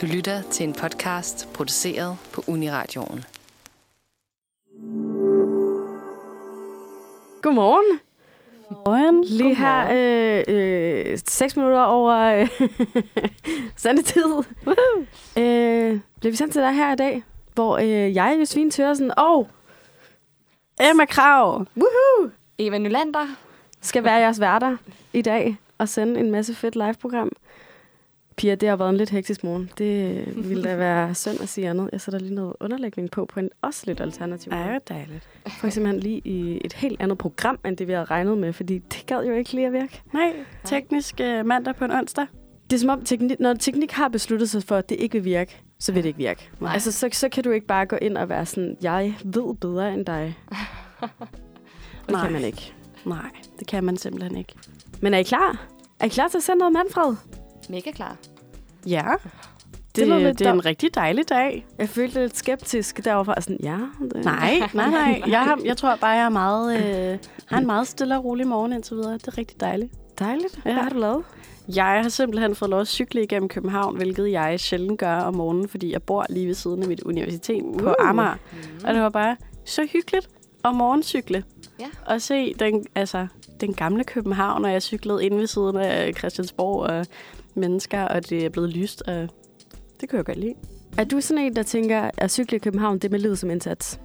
Du lytter til en podcast produceret på Uniradioen. Godmorgen. Godmorgen. Lige her øh, øh, 6 minutter over øh, sandetid. øh, bliver vi sendt til dig her i dag, hvor øh, jeg, Josefine Tørsen og Emma Krav Eva Nylander. skal være jeres værter i dag og sende en masse fedt live-program. Pia, det har været en lidt hektisk morgen. Det øh, ville da være synd at sige andet. Jeg sætter lige noget underlægning på, på en også lidt alternativ måde. Ej, hvor dejligt. For eksempel lige i et helt andet program, end det vi havde regnet med, fordi det gad jo ikke lige at virke. Nej, teknisk øh, mandag på en onsdag. det er som om, teknik, når teknik har besluttet sig for, at det ikke vil virke, så vil det ikke virke. Nej. Nej. Altså, så, så kan du ikke bare gå ind og være sådan, jeg ved bedre end dig. Det Nej. kan man ikke. Nej, det kan man simpelthen ikke. Men er I klar? Er I klar til at sende noget Manfred? Mega klar. Ja, det, lyder det, lidt det er dumt. en rigtig dejlig dag. Jeg følte lidt skeptisk derovre, og sådan, ja. Det. Nej, nej, nej. Jeg, har, jeg tror bare, jeg er meget, øh, har en meget stille og rolig morgen indtil videre. Det er rigtig dejligt. Dejligt. Ja. Ja. Hvad har du lavet? Jeg har simpelthen fået lov at cykle igennem København, hvilket jeg sjældent gør om morgenen, fordi jeg bor lige ved siden af mit universitet uh. på Uh. Amager. Og det var bare så hyggeligt at morgencykle. Ja. Og se den, altså, den gamle København, og jeg cyklede ind ved siden af Christiansborg og mennesker, og det er blevet lyst, og det kunne jeg godt lide. Er du sådan en, der tænker, at cykle i København, det er med livet som indsats?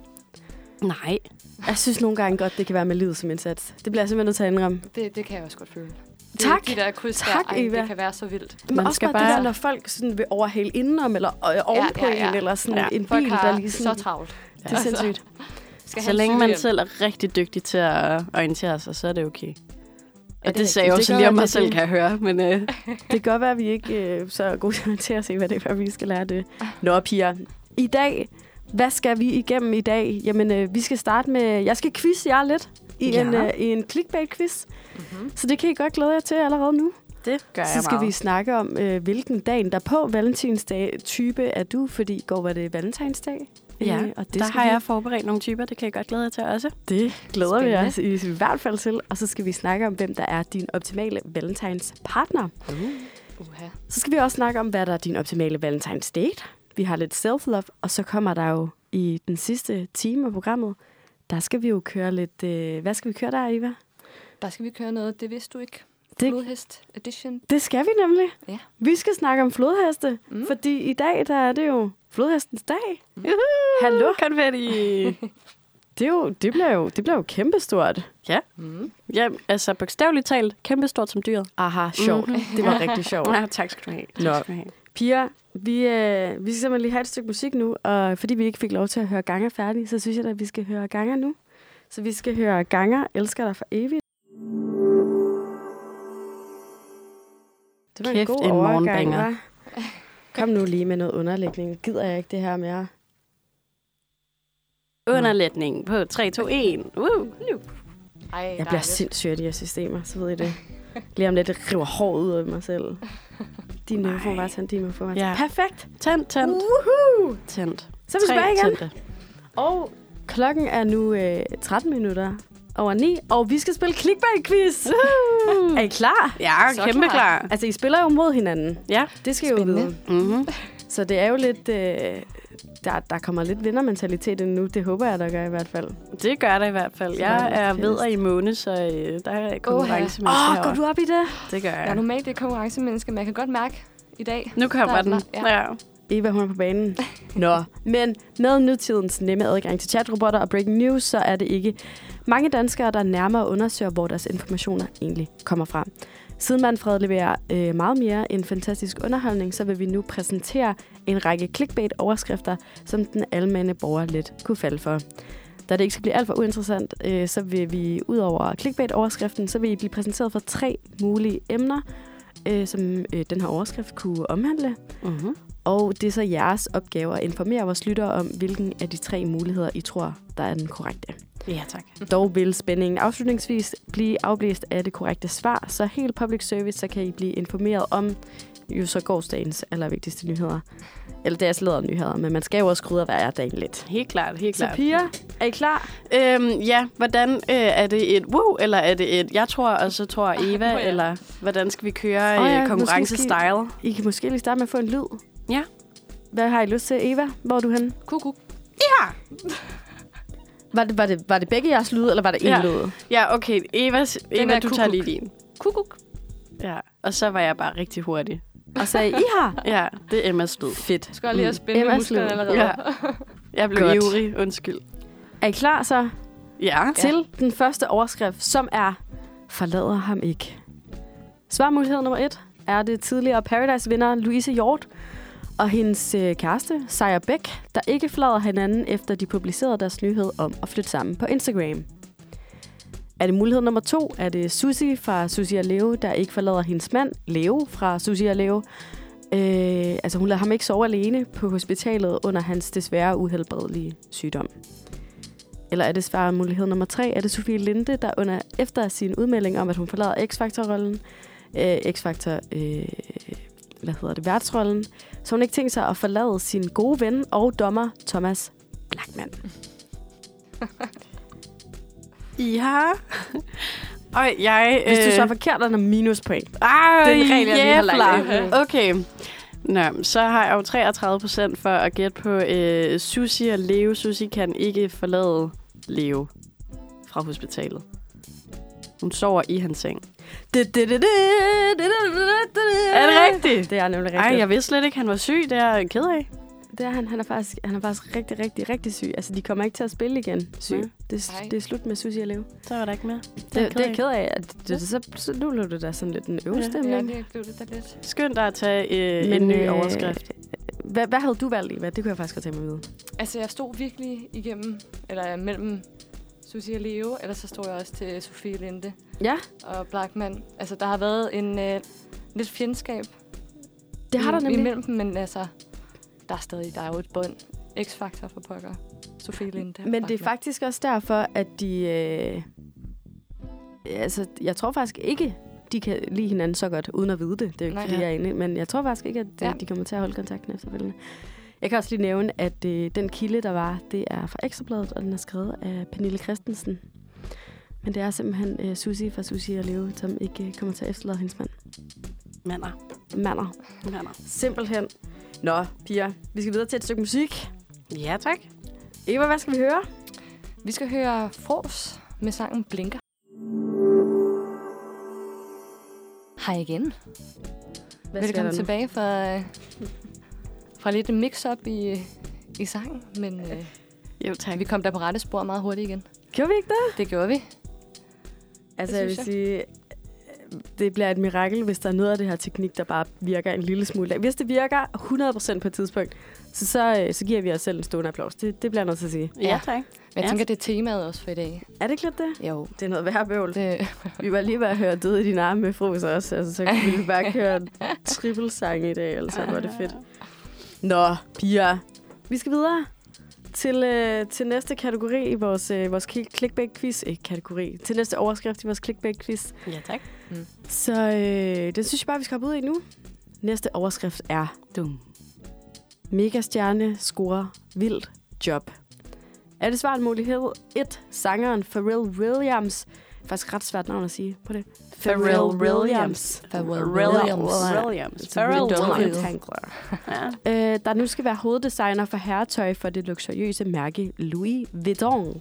Nej. Jeg synes nogle gange godt, det kan være med livet som indsats. Det bliver jeg simpelthen nødt til at indrømme. Det, det kan jeg også godt føle. Det, Tak. De der kryds Tak, der, Eva. det kan være så vildt. Men Man også skal bare, det bare- der, når folk sådan vil overhale indenom, eller øh, ovenpå ja, ja, ja. en, eller sådan ja. Ja. en Folk bil, har der lige sådan... så travlt. Det er sindssygt. Skal Så have en længe man cykelhjelm. selv er rigtig dygtig til at orientere sig, så er det okay. Og er ja, det, det sagde jeg rigtigt. også Det lige om gør mig jeg, det er selv, kan jeg høre. Men øh, Det kan godt være, at vi ikke øh, så er gode til at orientere os i, hvad det er, vi skal lære det. Nå, piger. I dag, hvad skal vi igennem i dag? Jamen, øh, vi skal starte med... Jeg skal quizze jer lidt i, ja. Ja. en, øh, i en clickbait-quiz. Mhm. Mm-hmm. Så det kan I godt glæde jer til allerede nu. det gør Så skal vi snakke om, øh, hvilken dagen derpå, valentinsdag, type er du, fordi i går var det valentinsdag. Ja, Øh, og det der skal har vi- jeg forberedt nogle typer, det kan jeg godt glæde jer til også. Det glæder vi Spændende. os i, i hvert fald til. Og så skal vi snakke om, hvem der er din optimale valentinspartner. Uha. Så skal vi også snakke om, hvad der er din optimale valentines date. Vi har lidt self-love, og så kommer der jo i den sidste time af programmet, der skal vi jo køre lidt... Øh, hvad skal vi køre der, Eva? Der skal vi køre noget, det vidste du ikke. Det- Det... Flodhest edition. Det skal vi nemlig. Ja. Vi skal snakke om flodheste, mm. fordi i dag der er det jo flodhestens dag. Mm. Hallo. Konfetti! Det, er jo, det, bliver jo, det bliver jo kæmpestort. ja. Mm. ja, altså bogstaveligt talt, kæmpestort som dyret. Aha, sjovt. Mm-hmm. Det var rigtig sjovt. Ja, tak skal du have. Tak Nå. skal du have. Piger, vi, øh, vi skal simpelthen lige have et stykke musik nu, og fordi vi ikke fik lov til at høre Ganger færdig, så synes jeg da, at vi skal høre Ganger nu. Så vi skal høre Ganger, elsker dig for evigt. Det var Kæft, en god en overgang, morgenbanger. hva'? Kom nu lige med noget underlægning. Gider jeg ikke det her mere? Underlætning på 3, 2, 1. Woo. Ej, Jeg bliver dejligt. sindssyg af de her systemer, så ved I det. Lige om lidt det river håret ud af mig selv. Din Nej. nymfo var tændt, din nymfo var Ja. tændt. Perfekt! Tændt, tændt, Woohoo! tændt. Så er vi Tre tilbage igen. tændte. Og klokken er nu øh, 13 minutter over 9, og vi skal spille clickbait-quiz. er I klar? Ja, Så kæmpe klar. klar. Altså, I spiller jo mod hinanden. Ja. Det skal I jo Spændende. vide. Mm-hmm. Så det er jo lidt... Øh, der, der kommer lidt vindermentalitet ind nu. Det håber jeg, der gør i hvert fald. Det gør det i hvert fald. Jeg Verdens er fedeste. ved og i måne, så øh, der er konkurrence med Åh, oh, går du op i det? Det gør Jeg er jeg. normalt et konkurrencemenneske, men jeg kan godt mærke i dag. Nu kommer Der- den. der- Ja. Eva, hun er på banen. Nå. Men med nutidens nemme adgang til chatrobotter og breaking news, så er det ikke mange danskere, der nærmere undersøger, hvor deres informationer egentlig kommer fra. Siden Manfred leverer øh, meget mere end fantastisk underholdning, så vil vi nu præsentere en række clickbait-overskrifter, som den almene borger let kunne falde for. Da det ikke skal blive alt for uinteressant, øh, så vil vi ud over clickbait-overskriften, så vil I blive præsenteret for tre mulige emner, øh, som øh, den her overskrift kunne omhandle. Mm-hmm. Og det er så jeres opgave at informere vores lyttere om, hvilken af de tre muligheder, I tror, der er den korrekte. Ja, tak. Dog vil spændingen afslutningsvis blive afblæst af det korrekte svar, så helt public service, så kan I blive informeret om jo så gårdsdagens allervigtigste nyheder. Eller deres leder nyheder, men man skal jo også krydre hver dagen lidt. Helt klart, helt Så klart. piger, er I klar? Øhm, ja, hvordan øh, er det et wow, eller er det et jeg tror, og så tror Eva, Nå ja. eller hvordan skal vi køre Åh oh, ja, ja, nu skal vi konkurrencestyle? I kan måske lige starte med at få en lyd. Ja. Hvad har I lyst til, Eva? Hvor er du henne? Kukuk. Var det, var det, var det begge jeres lyde, eller var det én Ja. lyd? Ja, okay. Evas, Eva, er du tager kukuk. lige din. Kukuk. Ja. Og så var jeg bare rigtig hurtig. Og sagde, I har? Ja, det er Emmas lyd. Fedt. Jeg skal lige at spænde Emma Emma er musklerne slået. allerede. Mm. Ja. Jeg blev Godt. ivrig, undskyld. Er I klar så Ja. til den første overskrift, som er Forlader ham ikke. Svarmulighed nummer et er det tidligere Paradise-vinder Louise Hjort og hendes øh, kæreste, Sejer Bæk, der ikke forlader hinanden, efter de publicerede deres nyhed om at flytte sammen på Instagram. Er det mulighed nummer to? Er det Susi fra Susi og Leo, der ikke forlader hendes mand, Leo fra Susi og Leo? Øh, altså hun lader ham ikke sove alene på hospitalet under hans desværre uhelbredelige sygdom. Eller er det svaret mulighed nummer tre? Er det Sofie Linde, der under efter sin udmelding om, at hun forlader X-Factor-rollen, øh, X-Factor, øh, hvad hedder det, værtsrollen, så hun ikke tænkt sig at forlade sin gode ven og dommer, Thomas Blackman. Ja. Og jeg... øh, Hvis du så forkert, er der minuspoint. Ej, Det er en regel, jeg lige har lagt jævler. Okay. Nå, så har jeg jo 33 procent for at gætte på øh, Susi og Leo. Susi kan ikke forlade Leo fra hospitalet. Hun sover i hans seng. Er det rigtigt? Det er nemlig rigtigt. Ej, jeg vidste slet ikke, han var syg. Det er jeg ked af. Det er han. Han er, faktisk, han er faktisk rigtig, rigtig, rigtig syg. Altså, de kommer ikke til at spille igen syg. Nej. Det, Nej. det er slut med Susie og Leo. Det, Så var der ikke mere. det, er, jeg ked ked af. At det, det, så, så, nu blev det da sådan lidt en Ja, øvestemning. det blev det da lidt. Skynd dig at tage øh, en ny øh, overskrift. Hvad, hvad havde du valgt, Eva? Det kunne jeg faktisk godt tænke mig at vide. Altså, jeg stod virkelig igennem, eller mellem Susie og Leo, eller så stod jeg også til Sofie Linde Ja, og Blackman. Altså, der har været en øh, lidt fjendskab det har i- der nemlig. imellem dem, men altså, der er stadig, der er jo et bånd. X-faktor for pokker. Sofie Linde. og Men det er Blackman. faktisk også derfor, at de... Øh, altså, jeg tror faktisk ikke, de kan lide hinanden så godt, uden at vide det. Det er jo ikke, Nej. fordi jeg er inde, men jeg tror faktisk ikke, at de, ja. Ja. de kommer til at holde kontakten efterfølgende. Jeg kan også lige nævne, at øh, den kilde, der var, det er fra Ekstrabladet, og den er skrevet af Pernille Christensen. Men det er simpelthen øh, Susie fra Susie og Leo, som ikke øh, kommer til at efterlade hendes mand. Mander. mander. Mander. Simpelthen. Nå, piger, vi skal videre til et stykke musik. Ja, tak. Eva, hvad skal vi høre? Vi skal høre Fros med sangen Blinker. Hej igen. Hvad Velkommen tilbage fra, øh, fra lidt mix-up i, i sangen, men øh, Jo, tak. vi kom da på rette spor meget hurtigt igen. Gjorde vi ikke det? Det gjorde vi. Altså, Det jeg vil synes sige, det bliver et mirakel, hvis der er noget af det her teknik, der bare virker en lille smule. Hvis det virker 100% på et tidspunkt, så, så, øh, så giver vi os selv en stående applaus. Det, det bliver jeg nødt til at sige. Ja, tak. Men jeg Ja. tænker, det er temaet også for i dag. Er det ikke lidt det? Jo. Det er noget værre bøvl. Det, øh, Vi var lige ved at høre Død i dine arme med frus også. Altså, så ville vi bare køre trippelsang i dag, altså hvor er det fedt. Nå, piger. Vi skal videre til, øh, til næste kategori i vores, øh, vores klik- clickbait-quiz. Ikke kategori. Til næste overskrift i vores clickbait-quiz. Ja, tak. Så øh, den synes jeg bare, vi skal hoppe ud i nu. Næste overskrift er Dum. Megastjerne scorer vildt job. Er det svaret mulighed? 1. Sangeren Pharrell Williams. Faktisk ret svært navn at sige på det. Pharrell Williams. Williams. Williams. Altså, Pharrell Williams. Ja. Øh, der nu skal være hoveddesigner for herretøj for det luksuriøse mærke Louis Vuitton.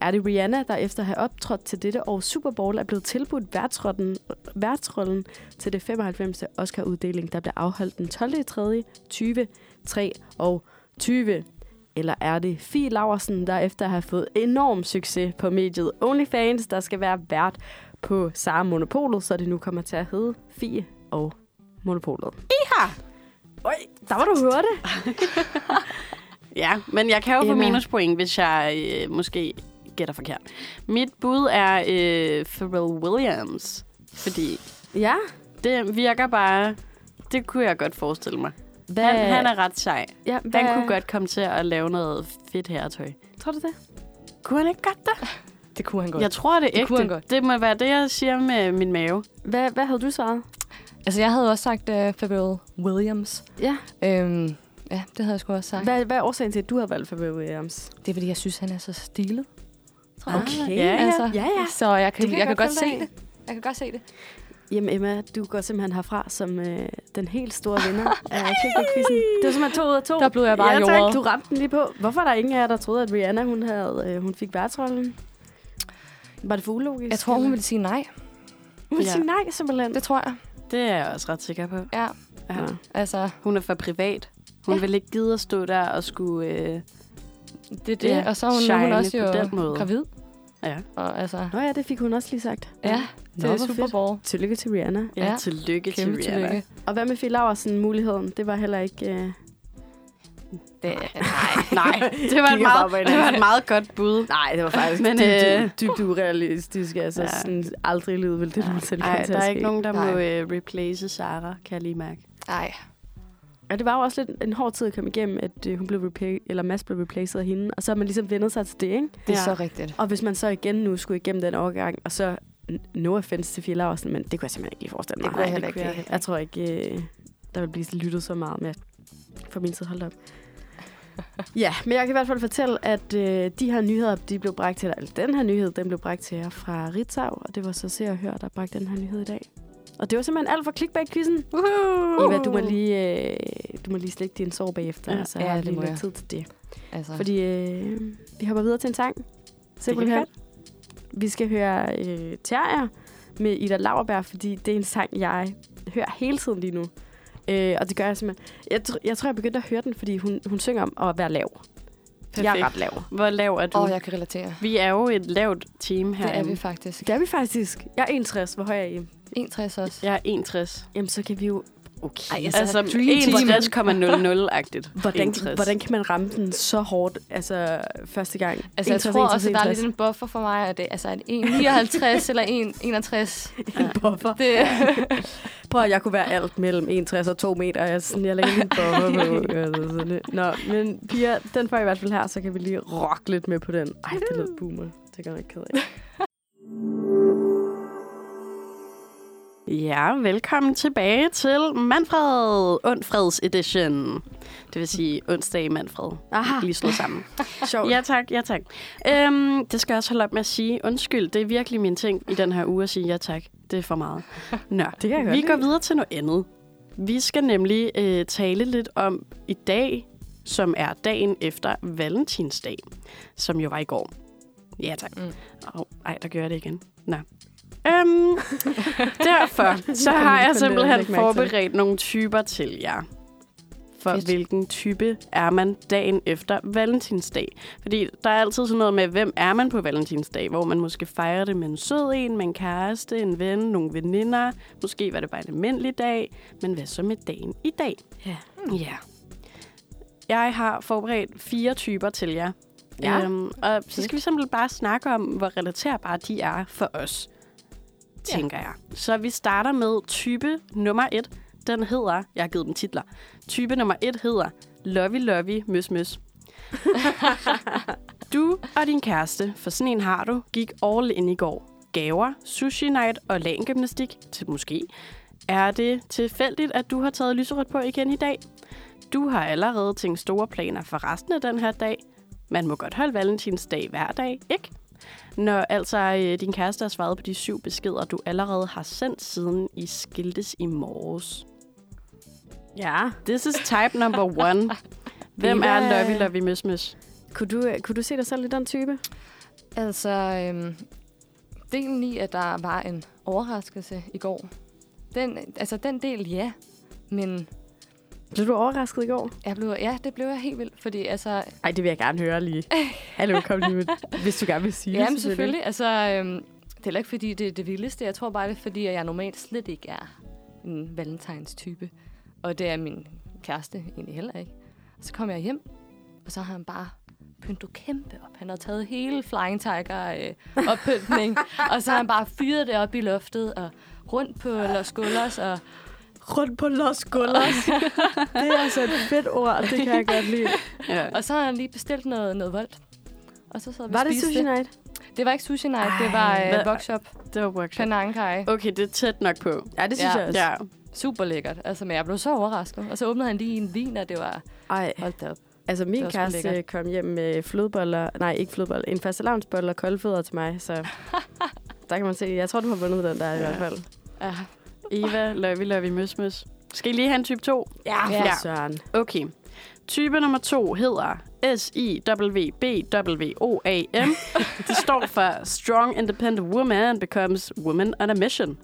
Er det Rihanna, der efter at have optrådt til dette års Super Bowl, er blevet tilbudt værtsrollen, værtsrollen til det 95. Oscar-uddeling, der blev afholdt den 12. 3. 20, 3 og 20? Eller er det Fie Laversen, der efter at have fået enorm succes på mediet OnlyFans, der skal være vært på Sara Monopolet, så det nu kommer til at hedde Fie og Monopolet. Iha! Øj, der var du hørte. Ja, men jeg kan jo få Emma. minuspoint, hvis jeg øh, måske gætter forkert. Mit bud er øh, Pharrell Williams, fordi Ja. det virker bare... Det kunne jeg godt forestille mig. Hvad, Han, han er ret sej. ja, Han kunne godt komme til at lave noget fedt herretøj. Tror du det? Kunne han ikke godt det? det kunne han godt. Jeg tror, det er Det kunne han ægte. Det, godt. det må være det, jeg siger med min mave. Hvad, hvad havde du svaret? Altså, jeg havde også sagt uh, Pharrell Williams. Ja. Øhm, ja, det havde jeg sgu også sagt. Hvad, hvad er årsagen til, at du har valgt Pharrell Williams? Det er, fordi jeg synes, han er så stilet. tror jeg. Okay. Ja, ja. Altså, Ja, ja. Så jeg kan, Det kan jeg kan jeg, jeg kan godt godt se følge dig det. Jeg kan godt se det. Jamen Emma, du går simpelthen herfra som øh, den helt store vinder af Kikko-quizzen. Det var simpelthen to ud af to. Der blev jeg bare Ja, tak. jordet. Du ramte den lige på. Hvorfor er der ingen af jer, der troede, at Rihanna hun havde, øh, hun fik værtsrollen? Var det for ulogisk? Jeg tror, hun ville sige nej. Hun ville Ja. sige nej, simpelthen. Det tror jeg. Det er jeg også ret sikker på. Ja, Ja. altså, Hun er for privat. Hun ja. vil ikke gide at stå der og skulle... Øh, det er det. Ja, Ja, og så er hun, nu er hun shine også på jo den måde. gravid. ja. Og altså, Nå ja, det fik hun også lige sagt. ja, det Nå, er hvor Super fedt. Bowl. Tillykke til Rihanna. ja. Ja. tillykke Kæmpe til Rihanna. tillykke. Og hvad med Fie Laversen muligheden? Det var heller ikke... Øh... Det, Nej, det var, et Kigger bare meget, på det var et meget godt bud. Nej, det var faktisk Men, Men, dybt, øh, øh... dybt urealistisk. Altså, Ja. ja. sådan, aldrig i livet ville det nogensinde komme Nej, til der er at ikke ske. nogen, der må Nej. øh, replace Sara, kan jeg lige mærke. nej, Og det var jo også lidt en hård tid at komme igennem, at øh, hun blev repla- eller Mads blev replaced af hende. Og så har man ligesom vendet sig til det, ikke? det er Ja. så rigtigt. Og hvis man så igen nu skulle igennem den overgang, og så n- no offense til Fie Laursen, men det kunne jeg simpelthen ikke lige forestille mig. Det kunne jeg Nej, heller ikke. kunne jeg Jeg tror ikke, øh, der vil blive lyttet så meget med for min tid. Hold da op. Ja, men jeg kan i hvert fald fortælle, at øh, de her nyheder, de blev bragt til, eller den her nyhed, den blev bragt til jer fra Ritzau, og det var så Se og Hør, der bragte den her nyhed i dag. Og det var simpelthen alt for clickbait-quizzen. Uhuh! Eva, du må lige, øh, du må lige slikke din sår bagefter, Ja, ja, så Uh. ja, har jeg det lige må lidt jeg. tid til det. Altså, Fordi, Fordi øh, vi hopper videre til en sang. Simpelthen. godt. Vi skal høre øh, Terrier med Ida Lauerberg, fordi det er en sang, jeg hører hele tiden lige nu. Øh, og det gør jeg simpelthen. Jeg, tr- jeg tror, jeg begyndte at høre den, fordi hun, hun synger om at være lav. Perfekt. Jeg er ret lav. Hvor lav er du? åh, oh, jeg kan relatere. Vi er jo et lavt team her. Det er vi faktisk. Det er vi faktisk. Jeg er 61. Hvor høj er I? 61 også. Jeg er 61. Jamen, så kan vi jo... Okay. Ej, jeg Så Altså dream team. 61,00-agtigt. Hvordan, hvordan kan man ramme den så hårdt altså, første gang? Altså, jeg 61, tror også, at der er 61. lidt en buffer for mig, at det altså en 59 eller en 61. en buffer. Det, Prøv at jeg kunne være alt mellem 1,60 og 2 meter. Jeg, er sådan, jeg lægger en bobber på. Altså, sådan lidt. Nå, men piger, den får I i hvert fald her, så kan vi lige rock lidt med på den. Ej, det lød boomer. Det gør jeg ikke ked af. Ja, velkommen tilbage til Manfred. Undfreds edition. Det vil sige onsdag i Manfred. Aha, Lige slået sammen. sjovt. Ah. Ja tak, ja tak. Øhm, det skal jeg også holde op med at sige. Undskyld, det er virkelig min ting i den her uge at sige ja tak. Det er for meget. Nå, Det kan jeg godt vi lide. går videre til noget andet. Vi skal nemlig øh, tale lidt om i dag, som er dagen efter Valentinsdag, som jo var i går. Ja tak. Mm. Mm. Oh, ej, der gør jeg det igen. Nå. Øhm, derfor så har jeg Kun, øh, simpelthen læg mærke til det. forberedt nogle typer til jer. For Fedt. hvilken type er man dagen efter Valentinsdag? Fordi der er altid sådan noget med, hvem er man på Valentinsdag? Hvor man måske fejrer det med en sød en, med en kæreste, en ven, nogle veninder. Måske var det bare en almindelig dag. Men hvad så med dagen i dag? Ja. Ja. Jeg har forberedt fire typer til jer. Ja. Øhm, og så skal vi simpelthen bare snakke om, hvor relaterbare de er for os, tænker jeg. Så vi starter med type nummer et. Den hedder, jeg har givet dem titler. Type nummer et hedder Lovey Lovey Møs Møs. du og din kæreste, for sådan en har du, gik all in i går. Gaver, sushi night og langgymnastik til måske. Er det tilfældigt, at du har taget lyserødt på igen i dag? Du har allerede tænkt store planer for resten af den her dag. Man må godt holde valentinsdag hver dag, ikke? Når altså øh, din kæreste har svaret på de syv beskeder, du allerede har sendt siden I skiltes i morges. Ja. This is type number one. Hvem Eva. øh. er lovey lovey miss miss? Kunne du, øh, kunne du se dig selv i den type? altså, øhm, delen i, at der var en overraskelse i går, den, altså den del, ja. Men Blev du overrasket i går? jeg blev, ja, det blev jeg helt vildt, fordi altså, Nej, det vil jeg gerne høre lige. Hallo, kom lige med, hvis du gerne vil sige Jamen selvfølgelig. Altså, øhm, det er heller ikke fordi, det er det vildeste. Jeg tror bare, det er fordi, at jeg normalt slet ikke er en valentines type. Og det er min kæreste egentlig heller ikke. Og så kom jeg hjem, og så har han bare pyntet kæmpe op. Han har taget hele Flying Tiger øh, oppyntning, og så har han bare fyret det op i luftet og rundt på Los Gullers. Og, Rundt på Los Gullers. det er altså et fedt ord, det kan jeg godt lide. Ja. og så har han lige bestilt noget, noget voldt. Og så sad vi Var og det spiste sushi night? Det var ikke sushi night, det Ej, var hvad- øh, workshop. Det var workshop. Panangkai. Okay, det er tæt nok på. Ja, det synes Ja. jeg også. Ja. Super lækkert. Altså, men jeg blev så overrasket. Og så åbnede han lige en vin, og det var... Ej, Hold da op. Altså Det min var sgu kæreste lækkert. kom hjem med flødeboller, nej ikke flødeboller, en fastelavnsbolle og koldfødder til mig, så der kan man se, jeg tror du har vundet den der i Ja. hvert fald. Ja, Eva, Løvi, Løvi, Møsmøs. Skal I lige have en type 2? Ah, Ja, Ja. for søren. Okay. Type nummer to hedder S-I-W-B-W-O-A-M. Det står for Strong Independent Woman Becomes Woman on a Mission.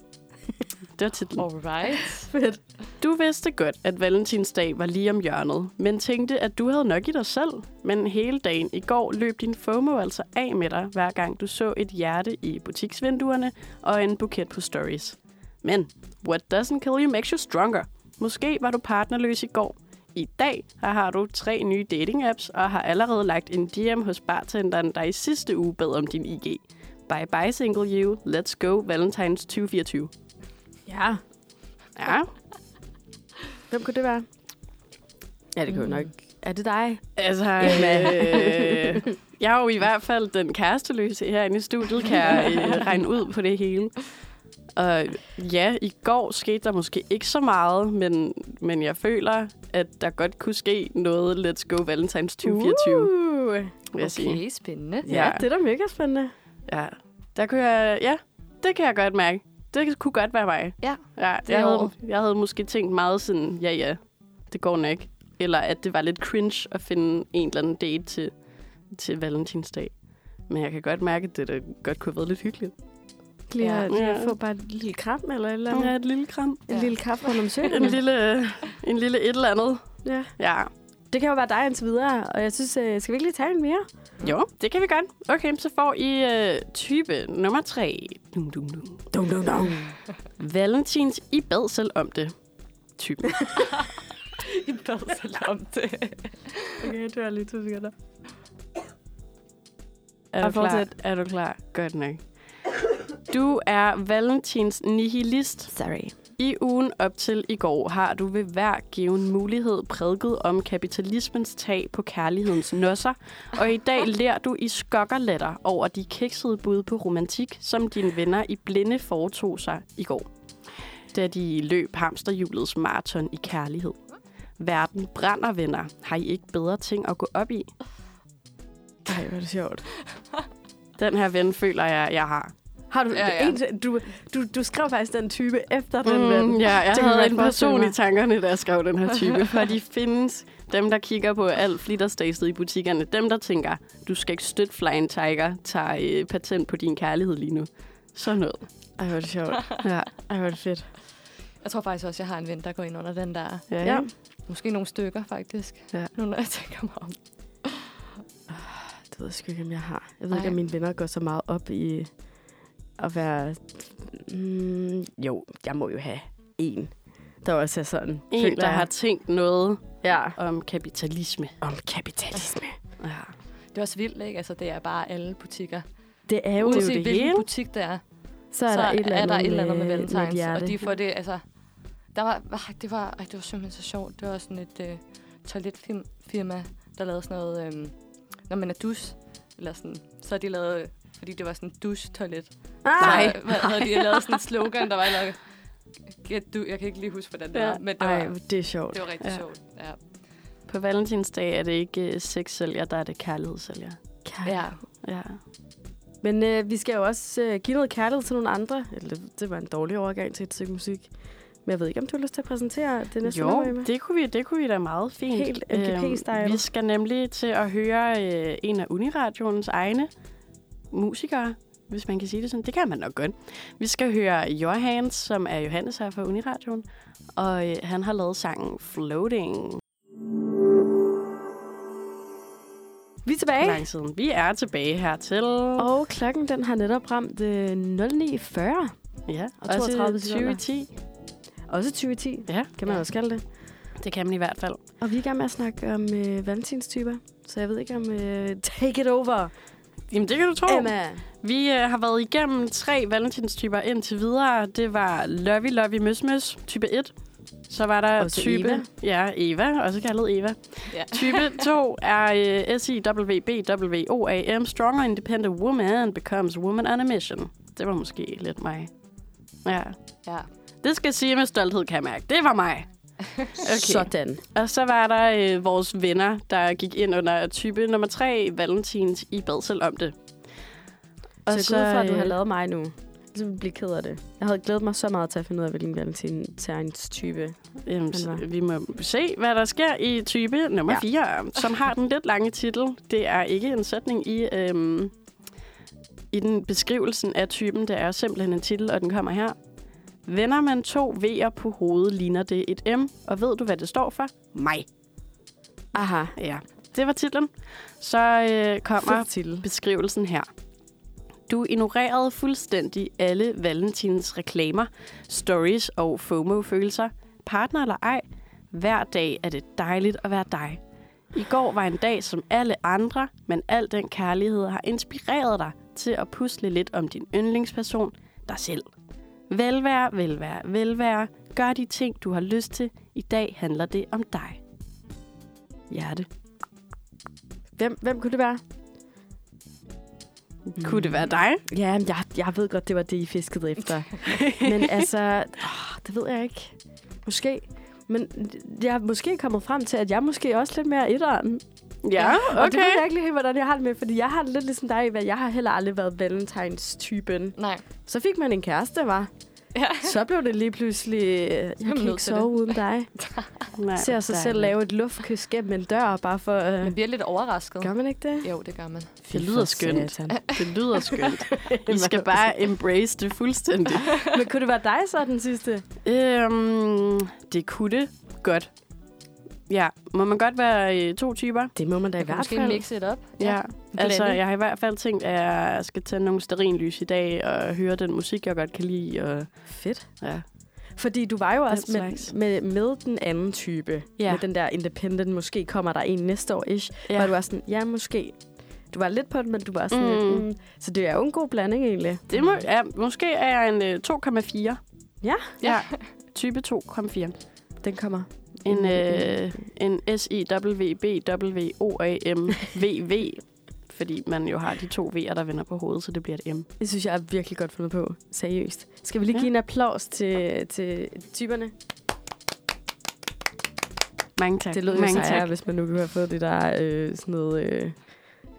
Det var titlen. Alright. Fedt. Du vidste godt, at Valentinsdag var lige om hjørnet, men tænkte, at du havde nok i dig selv. Men hele dagen i går løb din FOMO altså af med dig, hver gang du så et hjerte i butiksvinduerne og en buket på stories. Men what doesn't kill you makes you stronger. Måske var du partnerløs i går. I dag har du tre nye dating-apps og har allerede lagt en DM hos bartenderen, der i sidste uge bad om din IG. Bye bye single you. Let's go Valentines 2024. Ja. Ja, Hvem kunne det være? Ja, det kunne mm. nok. Er det dig? Altså, øh, jeg er jo i hvert fald den kæresteløse herinde i studiet, kan jeg øh, regne ud på det hele. Og ja, i går skete der måske ikke så meget, men, men jeg føler, at der godt kunne ske noget Let's Go Valentines 2024, uh, Uh. vil jeg sige. Okay, spændende. Ja, det er da mega spændende. Ja. Der kunne jeg, ja, det kan jeg godt mærke. Det kunne godt være mig. Ja, ja det jeg, er havde, over. jeg havde måske tænkt meget sådan, ja ja, det går nok. Eller at det var lidt cringe at finde en eller anden date til, til valentinsdag. Men jeg kan godt mærke, at det da godt kunne have været lidt hyggeligt. Lige, Ja. ja. Mm. lige at Ja. få bare et lille kram eller et eller andet. Ja, et lille kram. En Ja. lille kaffe rundt om En søen. lille, øh, en lille et eller andet. ja. Ja. Det kan jo være dig indtil videre, og jeg synes, øh, skal vi ikke lige tage en mere? Jo, det kan vi godt. Okay, så får I øh, type nummer tre. Dum, dum, dum. Dum, dum, dum. Valentins, I bad selv om det. Typen. I bad selv om det. Okay, det var lige to sekunder. Er du Og klar? fortsæt. Er du klar? Godt nok. Du er Valentins nihilist. Sorry. I ugen op til i går har du ved hver given mulighed prædiket om kapitalismens tag på kærlighedens nosser, og i dag lærer du i skokkerletter over de kiksede bud på romantik, som dine venner i blinde foretog sig i går, da de løb hamsterhjulets maraton i kærlighed. Verden brænder, venner. Har I ikke bedre ting at gå op i? Ej, hvor er det sjovt. Den her ven føler jeg, jeg har. Har du, Ja, ja. En, du, du, du skrev faktisk den type efter den ven. Mm, Ja, jeg Det kan havde jeg en godt person forestille i tankerne, da jeg skrev den her type. For de findes dem, der kigger på alt flitterstæset i butikkerne. Dem, der tænker, du skal ikke støtte Flying Tiger, tager øh, patent på din kærlighed lige nu. Sådan noget. Ej, hvor er det sjovt. Ja. Ej, hvor er det fedt. Jeg tror faktisk også, jeg har en ven, der går ind under den der. Ja. Ja. ja. Måske nogle stykker, faktisk. Ja. Nu når jeg tænker mig om. Det ved jeg sgu ikke, om jeg har. Jeg ved Ej. ikke, Ej. om mine venner går så meget op i at være... Mm, jo, jeg må jo have en, der også er sådan. En, føler der jeg. har tænkt noget Ja. om kapitalisme. Om kapitalisme. Ja. Det er også vildt, ikke? Altså, det er bare alle butikker. Det er jo Uanset det, det hvilken hele. butik det er, Så er, der, et eller er der andet et eller andet med med Valentine's. et og de hjerte. får det, altså... Der var, ah, det, var, ah, det var simpelthen så sjovt. Det var sådan et øh, toiletfirma, der lavede sådan noget... Øh, når man er dus, eller sådan, så har de lavet... Fordi det var sådan et dus-toilet. Nej. Så, hvad havde de lavet sådan et slogan, der var... Eller, get du, jeg kan ikke lige huske, hvordan det Ja. var, men det var, Ej, det er sjovt. det var rigtig Ja. ja. sjovt. Ja. På valentinsdag er det ikke øh, sexsælger, der er det kærlighedssælger. ja. Ja. Men øh, vi skal jo også øh, give noget kærlighed til nogle andre. Eller, det var en dårlig overgang til et stykke musik. Men jeg ved ikke, om du har lyst til at præsentere det næste nummer, Jo, Emma? det kunne, vi, det kunne vi da meget fint. Helt MGP-style. Øhm, Vi skal nemlig til at høre øh, en af Uniradioens egne musikere, hvis man kan sige det sådan. Det kan man nok godt. Vi skal høre Johans, som er Johannes her fra Uniradioen, og øh, han har lavet sangen Floating Vi er tilbage. for lang siden. Vi er tilbage hertil. Og klokken den har netop ramt øh, 09.40. ja, og også 32 sekunder. 2010. Også 2010. Ja, Kan man Ja. ja. også kalde det. det kan man i hvert fald. Og vi er i gang med at snakke om øh, valentinstyper. Så jeg ved ikke om... Øh, take it over, Jamen, det kan du tro. Emma. Vi øh, har været igennem tre valentinstyper indtil videre. Det var Lovey Lovey Møs Møs, type 1. Så var der Også type... Eva. Ja, Eva, også kaldet Eva. Ja. Type 2 er øh, S-I-W-B-W-O-A-M, Stronger Independent Woman Becomes Woman on a Mission. Det var måske lidt mig. Ja. ja. Det skal jeg sige med stolthed, kan jeg mærke. Det var mig. Okay. Sådan. Og så var der øh, vores venner, der gik ind under type nummer 3, Valentins, i bad selv om det. øh, Og så, så ud fra, at du har lavet mig nu. så ville jeg blive ked af det. Jeg havde glædet mig så meget til at finde ud af, hvilken valentins type. Jamen, så, Han var- Øhm, vi må se, hvad der sker i type nummer Ja. 4, som har den lidt lange titel. Det er ikke en sætning i, øhm, i den beskrivelsen af typen. Det er simpelthen en titel, og den kommer her. Vender man to V'er på hovedet, ligner det et M. Og ved du, hvad det står for? Mig. Aha. Ja, det var titlen. Så øh, kommer Fed titel. beskrivelsen her. Du ignorerede fuldstændig alle Valentins reklamer, stories og FOMO-følelser. Partner eller ej, hver dag er det dejligt at være dig. I går var en dag som alle andre, men al den kærlighed har inspireret dig til at pusle lidt om din yndlingsperson, dig selv. Velvære, velvære, velvære. Gør de ting, du har lyst til. I dag handler det om dig. Hjerte. Hvem, hvem kunne det være? Mm. Kunne det være dig? Ja, men jeg, jeg ved godt, det var det, I fiskede efter. men altså, åh, det ved jeg ikke. Måske. Men jeg er måske kommet frem til, at jeg måske også lidt mere etteren. Ja, Og det ved jeg ikke lige, helt, hvordan jeg har det med, fordi jeg har det lidt ligesom dig, hvad jeg har heller aldrig været valentines-typen. Nej. Så fik man en kæreste, var. Ja. Så blev det lige pludselig, øh, jeg man kan nødt ikke til det." sove uden dig. Nej, Ser sig selv lave et luftkys gennem en dør, bare for... Øh, Man bliver lidt overrasket. gør man ikke det? Jo, det gør man. Det lyder skønt. Det lyder skønt. I skal bare embrace det fuldstændigt. Men kunne det være dig så, den sidste? øhm, det kunne det godt. Ja, må man godt være øh, to typer? Det må man da i Jeg kan hvert måske fald. mixe det op. Ja. Altså, Blande. jeg har i hvert fald tænkt, at jeg skal tage nogle sterinlys i dag og høre den musik, jeg godt kan lide. Og, Fedt. ja. Fordi du var jo også Den med, slags. med, med den anden type. Ja. Med den der independent, måske kommer der en næste år, ish. Ja. ja. Hvor du var sådan, ja, måske. Du var lidt på den, men du var sådan Mm. mm. lidt, mm. Så det er jo en god blanding, egentlig. Det må, ja, måske er jeg en øh, 2,4. Mm. Ja. Ja, type 2,4. Den kommer. En, øh, en S-I-W-B-W-O-A-M-V-V. Fordi man jo har de to V'er, der vender på hovedet, så det bliver et M. Det synes jeg er virkelig godt fundet på. Seriøst. Skal vi lige Ja. give en applaus til, til typerne? Mange tak. Det lød jo Mange sejere, tak. hvis man nu kunne have fået det der øh, sådan noget... Øh,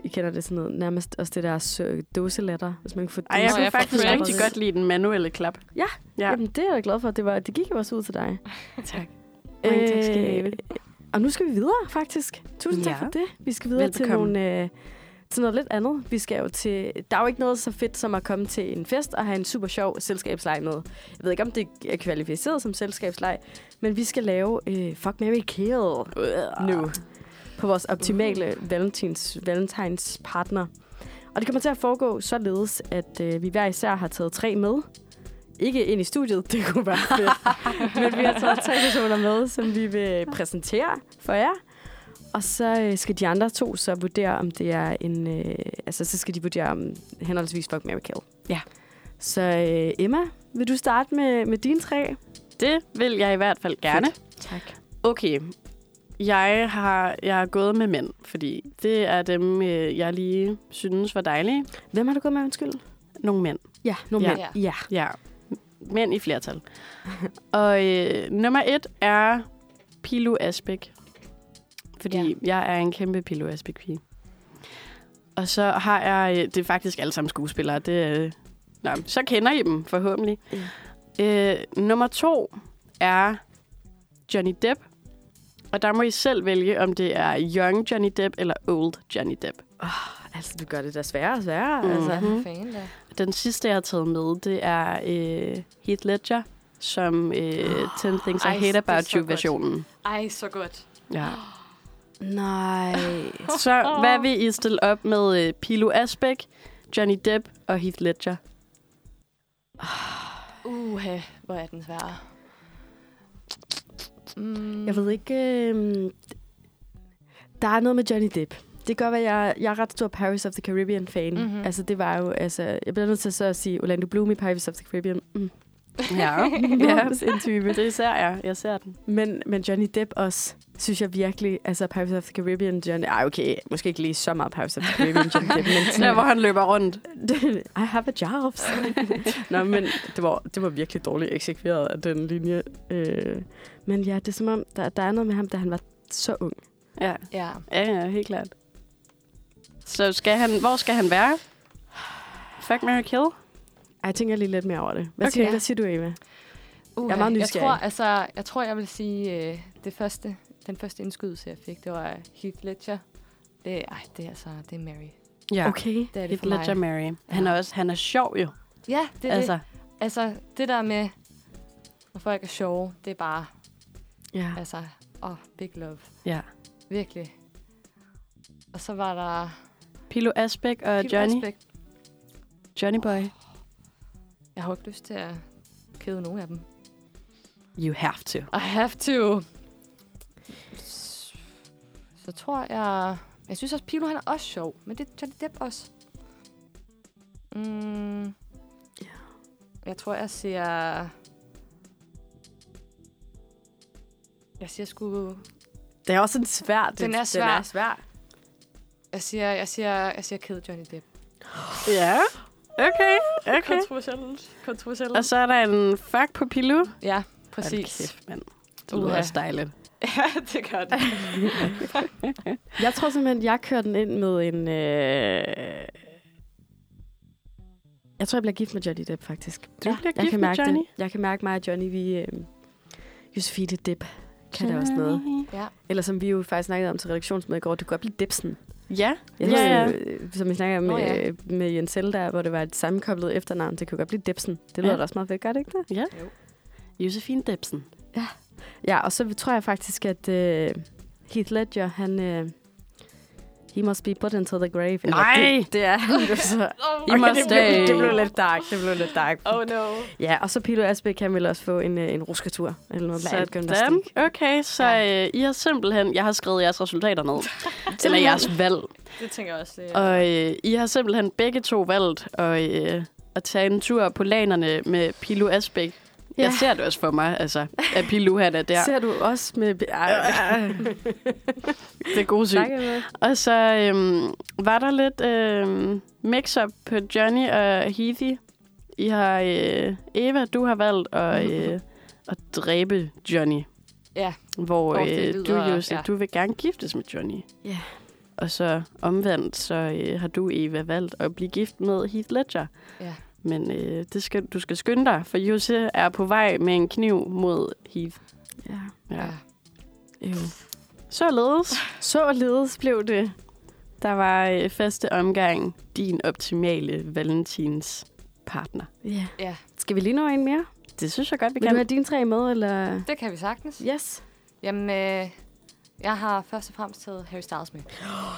I kender det sådan noget, nærmest også det der sø- dåselatter, hvis man kunne få Ej, jeg Nå, dåse- kunne jeg får faktisk friends. rigtig godt lide den manuelle klap. Ja. ja. Jamen, det er jeg da glad for. Det, var, det gik jo også ud til dig. Tak. Mange tak skal I have. Og nu skal vi videre, faktisk. Tusind ja. tak Ja. for det. Vi skal videre Velbekomme. til nogle... Øh, til noget lidt andet. Vi skal jo til... Der er jo ikke noget så fedt som at komme til en fest og have en super sjov selskabsleg med. Jeg ved ikke, om det er kvalificeret som selskabsleg, men vi skal lave øh, Fuck, Mary Kill nu på vores optimale valentins, valentines partner. Og det kommer til at foregå således, at øh, vi hver især har taget tre med. Ikke ind i studiet, det kunne være fedt. Men vi har taget tre personer med, som vi vil præsentere for jer. Og så øh, skal de andre to så vurdere, om det er en... Øh, altså, så skal de vurdere, om henholdsvis fuck, Mary kill. Ja. Så øh, Emma, vil du starte med, med dine tre? Det vil jeg i hvert fald gerne. Tak. Okay. Jeg har, jeg har gået med mænd, fordi det er dem, øh, jeg lige synes var dejlige. Hvem har du gået med, undskyld? Nogle mænd. Ja, nogle Ja. mænd. Ja. Ja, mænd i flertal. og øh, nummer et er Pilo Asbæk. Fordi ja. jeg er en kæmpe Pilo Asbæk-pige. Og så har jeg... øh, Det er faktisk alle sammen skuespillere. Det, øh, nå, så kender I dem forhåbentlig. Øh, nummer to er Johnny Depp. Og der må I selv vælge, om det er young Johnny Depp eller old Johnny Depp. Altså, du gør det da sværere og sværere. Mm. Altså. Hvad fanden da? Den sidste, jeg har taget med, det er øh, Heath Ledger, som øh, 10 Things I Ej, det Hate er About så You-versionen. Ej, så godt. Ja. Nej. Så hvad vil I stille op med øh, Pilo Asbæk, Johnny Depp og Heath Ledger? Uha, hvor er den svær. Mm, Jeg ved ikke... Øh... Der er noget med Johnny Depp. Det gør, at jeg, jeg er ret stor Paris of the Caribbean-fan. Mhm. Mm-hmm. Altså, det var jo... Altså, jeg bliver nødt til så at sige Orlando Bloom i Paris of the Caribbean. Mm. Ja, Ja. ja. en type. det ser jeg. Jeg ser den. Men, men Johnny Depp også, synes jeg virkelig... Altså, Paris of the Caribbean, Johnny... Ej, okay, måske ikke lige så meget Paris of the Caribbean, Johnny Depp, men Der, hvor sådan, han løber rundt. I have a job. Nå, men det var, det var virkelig dårligt eksekveret af den linje. Øh, men ja, det er som om, der, der er noget med ham, da han var så ung. Ja, Ja, ja, ja helt klart. Så skal han, hvor skal han være? Fuck, Mary Kill? Ej, jeg tænker lige lidt mere over det. Hvad, Okay. okay. hvad siger du, Eva? Uh, Jeg er meget jeg nysgerrig. tror, altså, jeg tror, jeg vil sige, øh, det første, den første indskydelse, jeg fik, det var Heath Ledger. Det, ej, det er altså, det er Mary. Ja, okay. Okay. Det er det Heath for mig. Ledger Mary. Han er også han er sjov jo. Ja, det er altså. altså, det. Altså, det der med, når folk er sjove, det er bare, Ja. altså, åh, oh, big love. ja. Virkelig. Og så var der... Pilo Asbæk og Kim Johnny. Asbæk. Johnny Boy. Jeg har jo ikke lyst til at kede nogen af dem. You have to. I have to. Så tror jeg... Jeg synes også, Pilo han er også sjov, men det er Johnny Depp også. Mm. Jeg tror, jeg siger... Jeg siger sgu... Det er også en svær. det- Den er svær. Den er svær. Jeg siger, jeg siger, jeg siger ked Johnny Depp. Ja. Okay, okay. Kontroversielt. Kontroversielt. Og så er der en fuck på Pilo. ja, Præcis. præcis. Kæft, mand. Det Uha. lyder også dejligt. ja, det gør det. Jeg tror simpelthen, jeg kører den ind med en... Øh... Jeg tror, jeg bliver gift med Johnny Depp, faktisk. Du bliver Jeg gift kan med mærke Johnny? Det. Jeg kan mærke mig og Johnny, vi... Øh... Josefine Depp kan da også noget. Ja. Eller som vi jo faktisk snakkede om til redaktionsmødet i går, du kan godt blive Debsen. Ja, Jeg ja, ja. ved, øh, Som vi snakkede om Nå, oh, ja. ja. med Jens der, hvor det var et sammenkoblet efternavn, det kunne godt blive Debsen. Det lyder Ja. da også meget fedt, gør det ikke det? Josefine Debsen. Ja, og så tror jeg faktisk, at øh, Heath Ledger, han... Øh, he must be put into the grave. Eller Nej! Det, det er han jo så. Oh, I must det, blev, stay. det blev lidt dark, det blev lidt dark. oh no. Ja, og så Pilo Asbæk, han ville også få en, øh, en rusketur. Eller noget Sådan. Okay, så øh, I har simpelthen... Jeg har skrevet jeres resultater ned. Eller Simpelthen. jeres valg. Det tænker jeg også. Det, Og øh, I har simpelthen begge to valgt at, øh, at tage en tur på lanerne med Pilo Asbæk. Ja. Ja. Jeg ser det også for mig, altså, at Pilo han er der. Ser du også med... Ej, Det er god syn. tak, Emma. Og så øhm, var der lidt øhm, mix-up på Johnny og Heathy. I har, øh, Eva, du har valgt at, øh, at dræbe Johnny. Ja. Hvor Åh, det øh, du, lyder- Jose, ja. ja. du vil gerne giftes med Johnny. Ja. Og så omvendt, så øh, har du, Eva, valgt at blive gift med Heath Ledger. Ja. Men øh, det skal, du skal skynde dig, for Jose er på vej med en kniv mod Heath. Ja. Ja. ja. ja. Således. Således blev det. Der var øh, første omgang din optimale valentins partner. Ja. ja, Skal vi lige nå en mere? Det synes jeg godt, vi Vil kan. du have dine tre med, eller... det kan vi sagtens. Yes. Jamen, øh, jeg har først og fremmest taget Harry Styles med.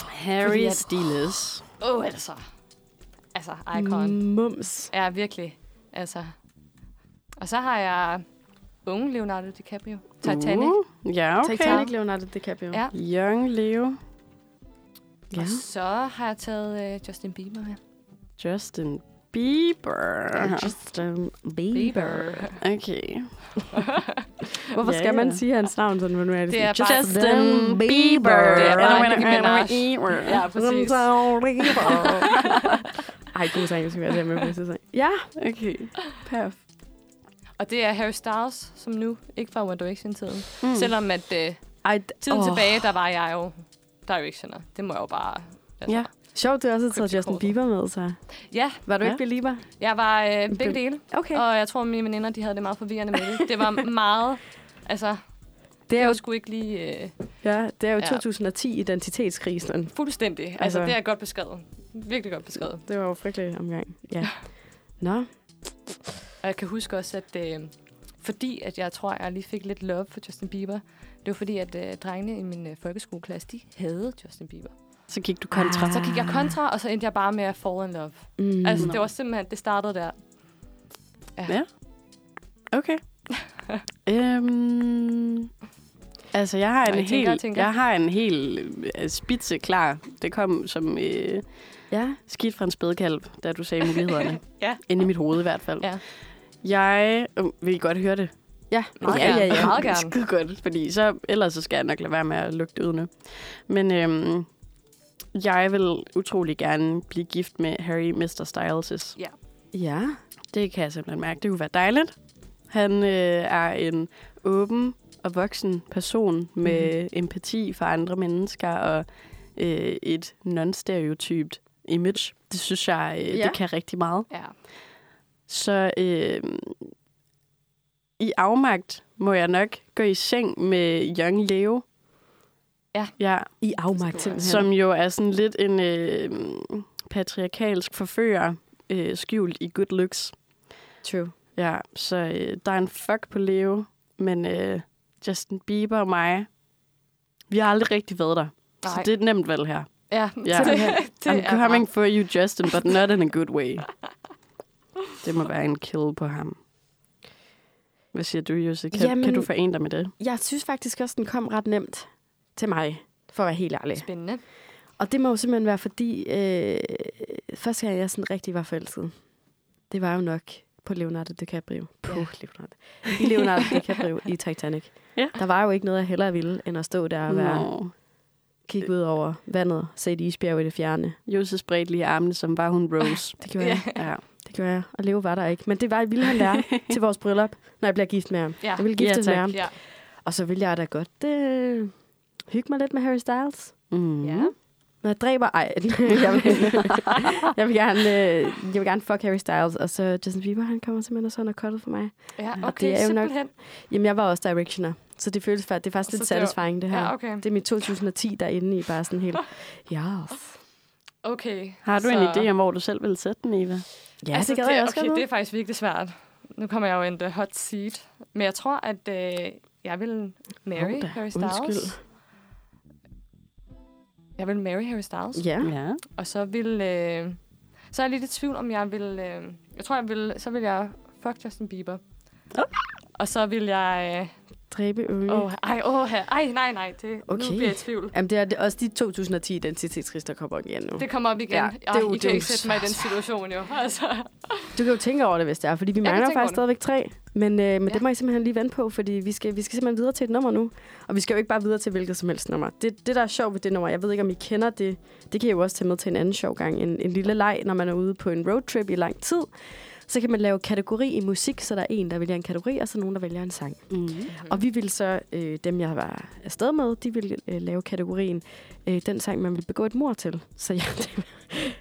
Harry Fordi at- Stiles. Åh, oh, altså. Altså, icon. Mm. Mums. Ja, virkelig. Altså. Og så har jeg unge Leonardo DiCaprio. Titanic. Uh. Uh, ja, okay. Titanic, Leonardo DiCaprio. Ja. Young Leo. ja. Og så har jeg taget øh, Justin Bieber med. Justin Bieber. Justin Bieber. Okay. Hvorfor Ja, skal man ja. sige hans navn sådan, men nu er det, Det er bare- Justin Bieber. Det er bare Nicki Minaj. Minaj. Ja, præcis. Ej, god sang, skal vi også have med på sidste sang. Ja, Okay. Perf. Og det er Harry Styles, som nu ikke fra One Direction-tiden. Mm. Mm. Selvom at øh, Ej, tiden åh. oh. tilbage, der var jeg jo Directioner. Det må jeg jo bare... Altså. Ja. Sjovt, du også har taget Kryptikortet. Justin Bieber med, så. ja, Var du Ja. ikke Belieber? jeg var øh, begge Bem- dele. Okay. Og jeg tror, mine veninder, de havde det meget forvirrende med det. Det var meget... Altså, Det det er er jo, jo sgu ikke lige øh, ja, det er jo Ja. 2010 identitetskrisen. fuldstændig. Altså, Altså- det er godt beskrevet. Virkelig godt beskrevet. Det var jo frygtelig omgang. Ja. Nå, Og jeg kan huske også, at øh, fordi at jeg tror, jeg lige fik lidt love for Justin Bieber, det var fordi, at øh, drengene i min øh, folkeskoleklasse, de havde Justin Bieber. Så gik du kontra. Ah. Så gik jeg kontra, og så endte jeg bare med at fall in love. mm, Mm. Altså, Nå. det var simpelthen, det startede der. Okay. øhm, altså, jeg har Nå, en jeg helt, tænker, jeg tænker. jeg har en helt øh, spidse klar. Det kom som øh, ja. skidt fra en spædekalv, da du sagde mulighederne. Ja. Inde i mit hoved i hvert fald. Ja. Jeg øh, vil I godt høre det. Ja, Meget ja, gerne. ja, ja. Meget gerne. Skide godt, fordi så, ellers så skal jeg nok lade være med at lukke det ud nu. Men øhm, jeg vil utrolig gerne blive gift med Harry Mr. Styles' Ja. Det kan jeg simpelthen mærke. Det kunne være dejligt. Han øh, er en åben og voksen person med mm. empati for andre mennesker og øh, et non-stereotypt image. Det synes jeg, øh, Ja. ja. det kan rigtig meget. Ja. Så øh, i afmagt må jeg nok gå i seng med Young Leo. Ja. Ja, I afmagt Stor. simpelthen. som jo er sådan lidt en øh, patriarkalsk forfører, øh, skjult i good looks. True. Ja, så øh, der er en fuck på Leo, men øh, Justin Bieber og mig, vi har aldrig rigtig været der. Nej. Så Nej. det er et nemt valg her. Ja, Ja. det I'm coming for you, Justin, but not in a good way. Det må være en kill på ham. Hvad siger du, Jose? Kan, Jamen, Jamen- kan du forene dig med det? Jeg synes faktisk også, den kom ret nemt til mig, for at være helt ærlig. Spændende. Og det må jo simpelthen være, fordi øh, første gang, jeg sådan rigtig var forelsket, det var jo nok på Leonardo DiCaprio. På Ja. Leonardo. I Leonardo DiCaprio i Titanic. Ja. Der var jo ikke noget, jeg hellere ville, end at stå der og være, Nå. kigge ud over vandet, se et isbjerg i det fjerne. Jose spredte lige armene, som var hun Rose. Det gjorde jeg. ja. Det gjorde jeg. Og Leo var der ikke. Men det var, ville han være til vores bryllup, når jeg bliver gift med ham. Ja. Jeg ville gifte ja, Ja, med tak. ham. Ja. Og så ville jeg da godt øh, hygge mig lidt med Harry Styles. Mm. ja. Når jeg dræber... Ej, jeg vil, jeg, vil gerne, øh, jeg vil gerne fuck Harry Styles. Og så Justin Bieber, han kommer simpelthen og sådan og cuttet for mig. Ja, okay, Og det er jo nok- simpelthen. Jamen, jeg var også directioner. Så det føles faktisk, det er faktisk Så lidt det var- satisfying, det her. Ja, Ja, okay. okay. Det er mit 2010 derinde i bare sådan helt... Yes. okay. Har du så... en idé om, hvor du selv vil sætte den, Eva? Ja, altså, det gad jeg også okay, godt det er det... faktisk virkelig svært. Nu kommer jeg jo ind the hot seat. Men jeg tror, at øh, jeg vil marry Hov da, Harry Styles. undskyld. Jeg vil marry Harry Styles. Ja. ja. Og så vil... Øh, så er jeg lidt i tvivl, om jeg vil... Øh, jeg tror, jeg vil... Så vil jeg fuck Justin Bieber. Åh. Og så vil jeg... Dræbe øje. Øh, Oh. åh, ej, åh, her. Ej, nej, nej. Det, Okay. Nu bliver jeg i tvivl. Jamen, det er det- også de 2010 identitetskrister kommer op igen nu. Det kommer op igen. Ja, Ja, det er det, jo- I det kan er jo ikke sætte mig i den svært. situation, jo. Altså. Du kan jo tænke over det, hvis det er, fordi vi kan mangler tænke faktisk over stadigvæk tre. Men, øh, men ja. Ja. det må I simpelthen lige vente på, fordi vi skal, vi skal simpelthen videre til et nummer nu. Og vi skal jo ikke bare videre til hvilket som helst nummer. Det, det der er sjovt ved det nummer, jeg ved ikke, om I kender det. Det kan I jo også tage med til en anden sjov gang. En, en lille leg, når man er ude på en roadtrip i lang tid. Så kan man lave kategori i musik, så der er en, der vælger en kategori, og så nogen, der vælger en sang. Mm. Og vi ville så, øh, dem jeg var afsted med, de ville øh, lave kategorien, øh, den sang, man ville begå et mor til. Så ja, det,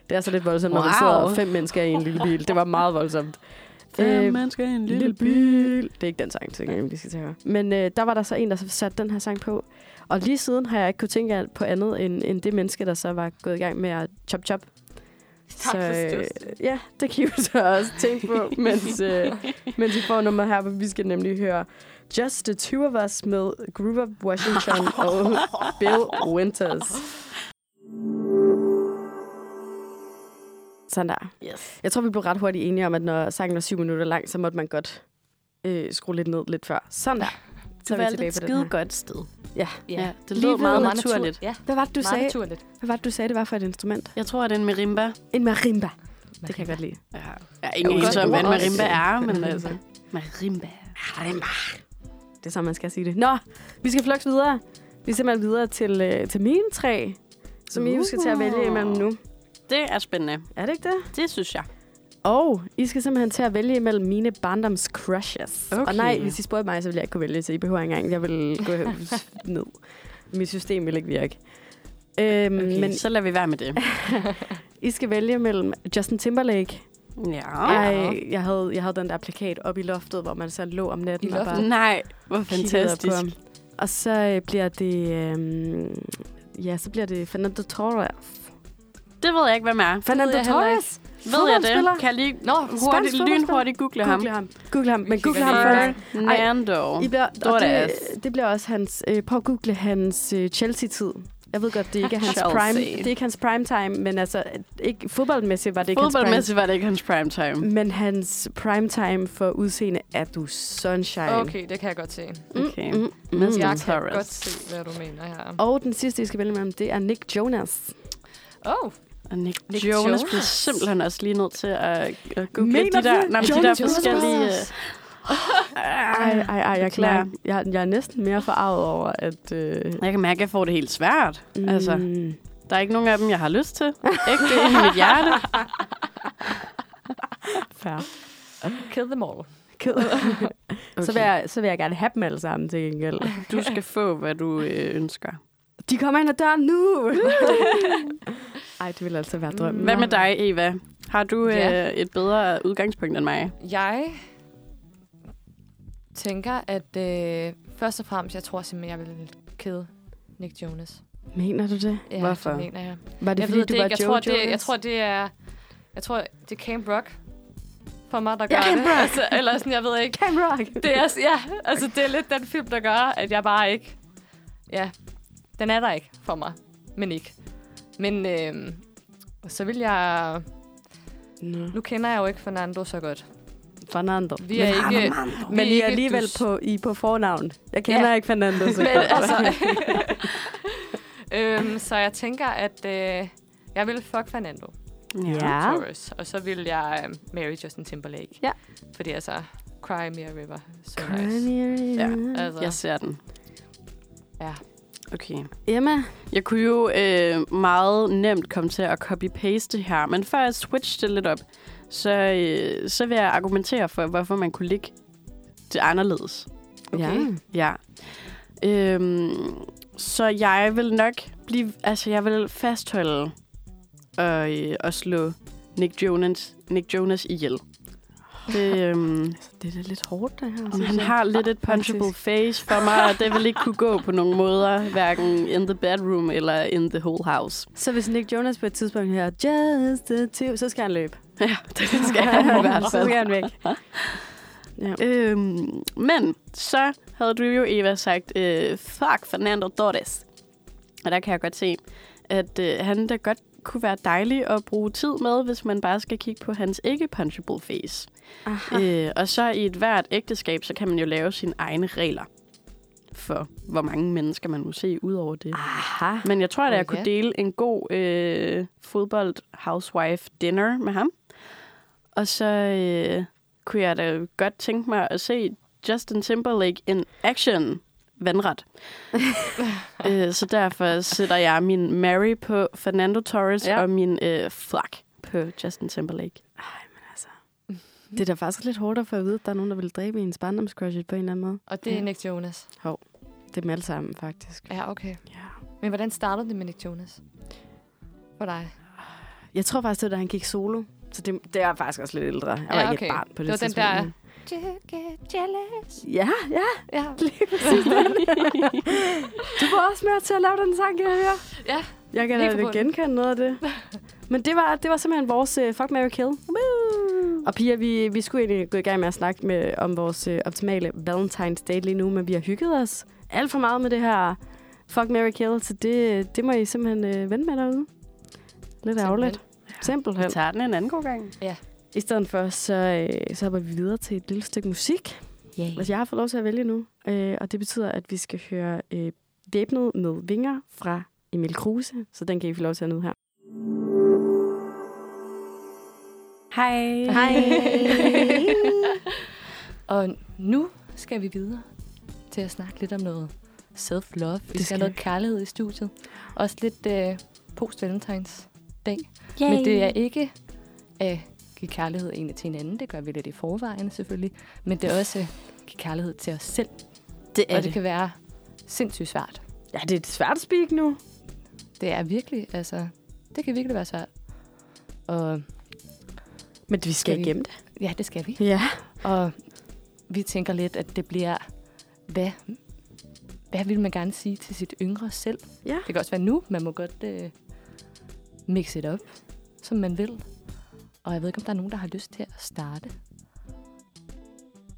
det er så lidt voldsomt, wow. når Wow. man sidder fem mennesker i en lille bil. Det var meget voldsomt. Fem Øh, mennesker i en lille by. bil. Det er ikke den sang, tænker jeg, vi skal til at høre. Men øh, der var der så en, der så satte den her sang på. Og lige siden har jeg ikke kunne tænke på andet, end, end det menneske, der så var gået i gang med at chop chop. Tak for støtten. øh, ja, det kan I jo så også tænke på, mens, øh, mens vi får nummer her, for vi skal nemlig høre Just the Two of Us med Groove Washington og Bill Winters. Sådan der. Yes. Jeg tror, vi blev ret hurtigt enige om, at når sangen var syv minutter lang, så måtte man godt øh, skrue lidt ned lidt før. Sådan der. Så Du er vi valgte tilbage et på den skide her. godt sted. Ja. Ja, det Lige lød ved meget natur- naturligt. Ja, Hvad var det, du meget sagde? naturligt. Hvad var det, du sagde, det var for et instrument? Jeg tror, at det er en marimba. En marimba. Det kan jeg godt lide. Ja. Jeg er ingen Jo, anelse om, hvad en godt ord marimba også. er, men altså... Marimba. Det er sådan, man skal sige det. Nå, vi skal flux videre. Vi skal simpelthen videre til, øh, til mine tre, som I jo skal til at vælge imellem nu. Det er spændende. Er det ikke det? Det synes jeg. Og I skal simpelthen til at vælge imellem mine barndoms crushes. Okay. Og nej, hvis I spurgte mig, så ville jeg ikke kunne vælge, så I behøver ikke engang. Jeg vil gå ned. Mit system vil ikke virke. Øhm, okay. Men Men så lader vi være med det. I skal vælge mellem Justin Timberlake. Ja. Ej, jeg havde, jeg havde den der plakat op i loftet, hvor man så lå om natten I og bare Nej, hvor kiggede op på fantastisk. ham. Og så øh, bliver det... Øhm, ja, så bliver det Fernando Torres. Det ved jeg ikke, hvem er. Fernando jeg heller Torres? Ved jeg Fodboldspiller? det? Kan jeg lige Nå, hurtigt, fodboldspiller. lynhurtigt google ham? Google ham. Google ham, men kigger google ham lige. først. Fernando. I bliver, og Torres. det, det bliver også hans... Øh, prøv at google hans øh, Chelsea-tid. Jeg ved godt, det ikke er hans Chelsea. prime, det er ikke hans prime time, men altså, ikke, fodboldmæssigt var det ikke hans prime Fodboldmæssigt var det ikke hans prime time. Men hans prime time for udseende er du sunshine. Okay, det kan jeg godt se. Okay. Mm, mm, mm. Mr. Jeg kan Torres. godt se, hvad du mener her. Og den sidste, I skal vælge mellem, det er Nick Jonas. Oh, Mm. Og Nick, Nick Jonas, Jonas. blev simpelthen også lige nødt til at, at google Mener de der, du? nej, men de der Jonas forskellige... Jonas? Øh, Ej, ej, ej, jeg, Beklager. klarer. jeg, jeg er næsten mere forarvet over, at... Øh, jeg kan mærke, at jeg får det helt svært. Mm. Altså, mm, der er ikke nogen af dem, jeg har lyst til. Ægte i mit hjerte. fair. kill them all. Ked. Okay. Så, vil jeg, så vil jeg gerne have dem alle sammen til gengæld. Du skal få, hvad du øh, ønsker. De kommer ind ad døren nu! Ej, det ville altså være drømmen. Hvad med dig, Eva? Har du Ja. øh, et bedre udgangspunkt end mig? Jeg tænker, at øh, først og fremmest, jeg tror simpelthen, jeg vil kede Nick Jonas. Mener du det? Ja, Hvorfor? Det mener jeg. Var det, jeg fordi ved du det var ikke. Jeg Joe tror, det, jeg Jonas? tror, det er... Jeg tror, det er Camp Rock for mig, der gør Ja, Camp det. Rock. Altså, eller sådan, jeg ved ikke. Cam Rock! Det er, ja, altså, det er lidt den film, der gør, at jeg bare ikke... Ja, den er der ikke for mig. Men ikke. Men øh, så vil jeg... Nå. Nu kender jeg jo ikke Fernando så godt. Fernando. Vi er men, ikke... vi Men I er ikke alligevel dus. på, I er på fornavn. Jeg kender Ja. ikke Fernando så Men godt. altså... øhm, så jeg tænker, at øh, jeg vil fuck Fernando Ja. Torres, og så vil jeg øh, marry Justin Timberlake. Ja. Fordi altså, Cry Me a River. So nice. Ja. Altså, Jeg ser den. Ja. Okay. Emma, Jeg kunne jo øh, meget nemt komme til at copy-paste det her, men før jeg switcher det lidt op, så, øh, så vil jeg argumentere for, hvorfor man kunne ligge det anderledes. Okay. Ja. Øhm, så jeg vil nok blive... Altså, jeg vil fastholde og, øh, og slå Nick Jonas, Nick Jonas ihjel. Det, øhm, Altså, det er da lidt hårdt, det her. Om han har lidt et punchable face for mig, og det vil ikke kunne gå på nogen måder, hverken in the bedroom eller in the whole house. Så hvis Nick Jonas på et tidspunkt hører, just a tip, så skal han løbe. Ja, det skal han i hvert så fald. skal han væk. Ja. Øhm, men så havde du jo, Eva, sagt, øh, fuck Fernando Torres. Og der kan jeg godt se, at øh, han da godt kunne være dejlig at bruge tid med, hvis man bare skal kigge på hans ikke-punchable face. Aha. Øh, og så i et hvert ægteskab, så kan man jo lave sine egne regler for, hvor mange mennesker man må se ud over Ah, det. Aha. Men jeg tror, at jeg Ja. kunne dele en god øh, fodbold-housewife-dinner med ham. Og så øh, kunne jeg da godt tænke mig at se Justin Timberlake in action vandret. øh, så derfor sætter jeg min Mary på Fernando Torres Ja. ja. og min øh, flak på Justin Timberlake. altså. Det er da faktisk lidt hårdt at få at vide, at der er nogen, der vil dræbe ens barndomscrush på en eller anden måde. og det er Ja. Nick Jonas. Det er dem alle sammen, faktisk. Ja, okay. Ja. Men hvordan startede det med Nick Jonas? For dig? Jeg tror faktisk, det var, da han gik solo. Så det, det er faktisk også lidt ældre. Jeg var Ja, ikke et okay. barn på det, Det var den tidspunkt. der- You get jealous. Ja, ja. Ja. Lige præcis den. du var også med til at lave den sang, kan jeg høre. Ja, Jeg kan lige da fra bunden. genkende noget af det. Men det var, det var simpelthen vores uh, Fuck, Mary Kill. Og piger, vi, vi skulle egentlig gå i gang med at snakke med, om vores uh, optimale Valentine's Day lige nu, men vi har hygget os alt for meget med det her Fuck, Mary Kill, så det, det må I simpelthen uh, vende med derude. Lidt ærgerligt. Vi Simpelthen. tager den en anden god gang. I stedet for, så, øh, så hopper vi videre til et lille stykke musik. Yay. Altså, jeg har fået lov til at vælge nu, øh, og det betyder, at vi skal høre øh, Væbnet med vinger fra Emil Kruse, så den kan I få lov til at nyde her. Hej. Og nu skal vi videre til at snakke lidt om noget self-love. Vi skal skal have noget kærlighed i studiet. Også lidt øh, post-valentines dag. Yay. Men det er ikke at give kærlighed egentlig til hinanden. Det gør vi lidt i forvejen selvfølgelig. Men det er også at give kærlighed til os selv. Det og det, kan være sindssygt svært. Ja, det er et svært speak nu. Det er virkelig, altså, det kan virkelig være svært. Og Men vi skal, Skal vi- igennem det. ja, det skal vi. Ja. Og vi tænker lidt, at det bliver, hvad, hvad vil man gerne sige til sit yngre selv? Ja. Det kan også være nu. Man må godt øh, mixe det op, som man vil. Og jeg ved ikke, om der er nogen, der har lyst til at starte.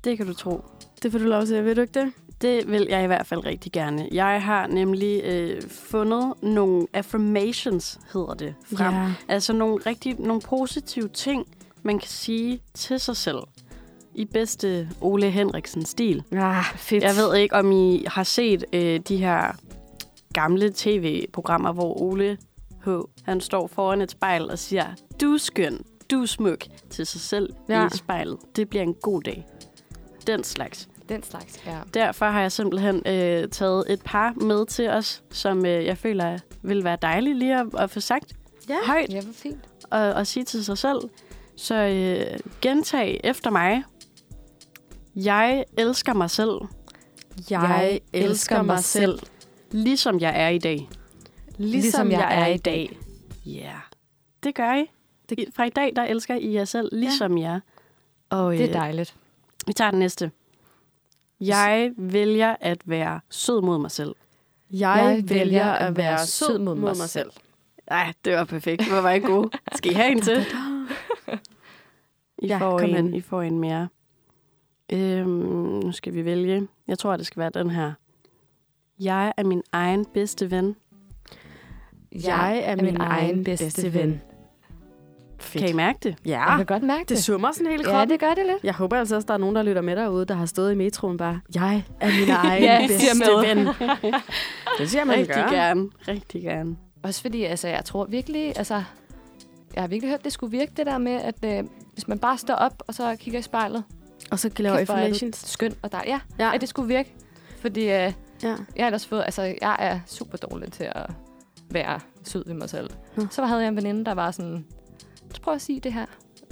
det kan du tro. Det får du lov til, ved du ikke det? Det vil jeg i hvert fald rigtig gerne. Jeg har nemlig øh, fundet nogle affirmations, hedder det, frem. Ja. Altså nogle rigtig nogle positive ting, man kan sige til sig selv. I bedste Ole Henriksen-stil. Ja, Ah, fedt. Jeg ved ikke, om I har set øh, de her gamle tv-programmer, hvor Ole H. han står foran et spejl og siger, du er skøn, du er smuk til sig selv Ja. ja. i spejlet. Det bliver en god dag. Den slags. Den slags, ja. Derfor har jeg simpelthen øh, taget et par med til os, som øh, jeg føler vil være dejligt lige at, at få sagt Ja. højt Ja, hvor fint. og, og sige til sig selv. Så øh, gentag efter mig. Jeg elsker mig selv, Jeg elsker mig selv, ligesom jeg er i dag. ligesom jeg er i dag. Ja, yeah. det gør I. Det... Fra i dag, der elsker I jer selv, ligesom ja. jer. Og, Det er øh, dejligt. Vi tager den næste. Jeg vælger at være sød mod mig selv. Jeg, jeg vælger at være sød mod mig, mig selv. Nej, det var perfekt. Hvor var I gode. Skal I have en til? Ja, I, ja, får, kom en, hen. I får en mere. Øhm, nu skal vi vælge. Jeg tror, det skal være den her. Jeg er min egen bedste ven. Jeg er min egen bedste ven. Fedt. Kan I mærke det? Ja, Jeg kan godt mærke det det. summer sådan hele Ja, kroppen. det gør det lidt. Jeg håber altså også, der er nogen, der lytter med derude, der har stået i metroen bare, jeg er min egen Ja, bedste siger med. ven. Det siger man Rigtig gør. gerne. Rigtig gerne. Også fordi, altså, jeg tror virkelig, altså, jeg har virkelig hørt, det skulle virke, det der med, at øh, hvis man bare står op, og så kigger i spejlet, Og så laver Kæft, hvor er du affirmations. skøn og dig. Ja, Ja, ja, at det skulle virke. Fordi øh, jeg ja. har ellers fået, altså, jeg er super dårlig til at være sød ved mig selv. Nå. Så havde jeg en veninde, der var sådan, så prøv at sige det her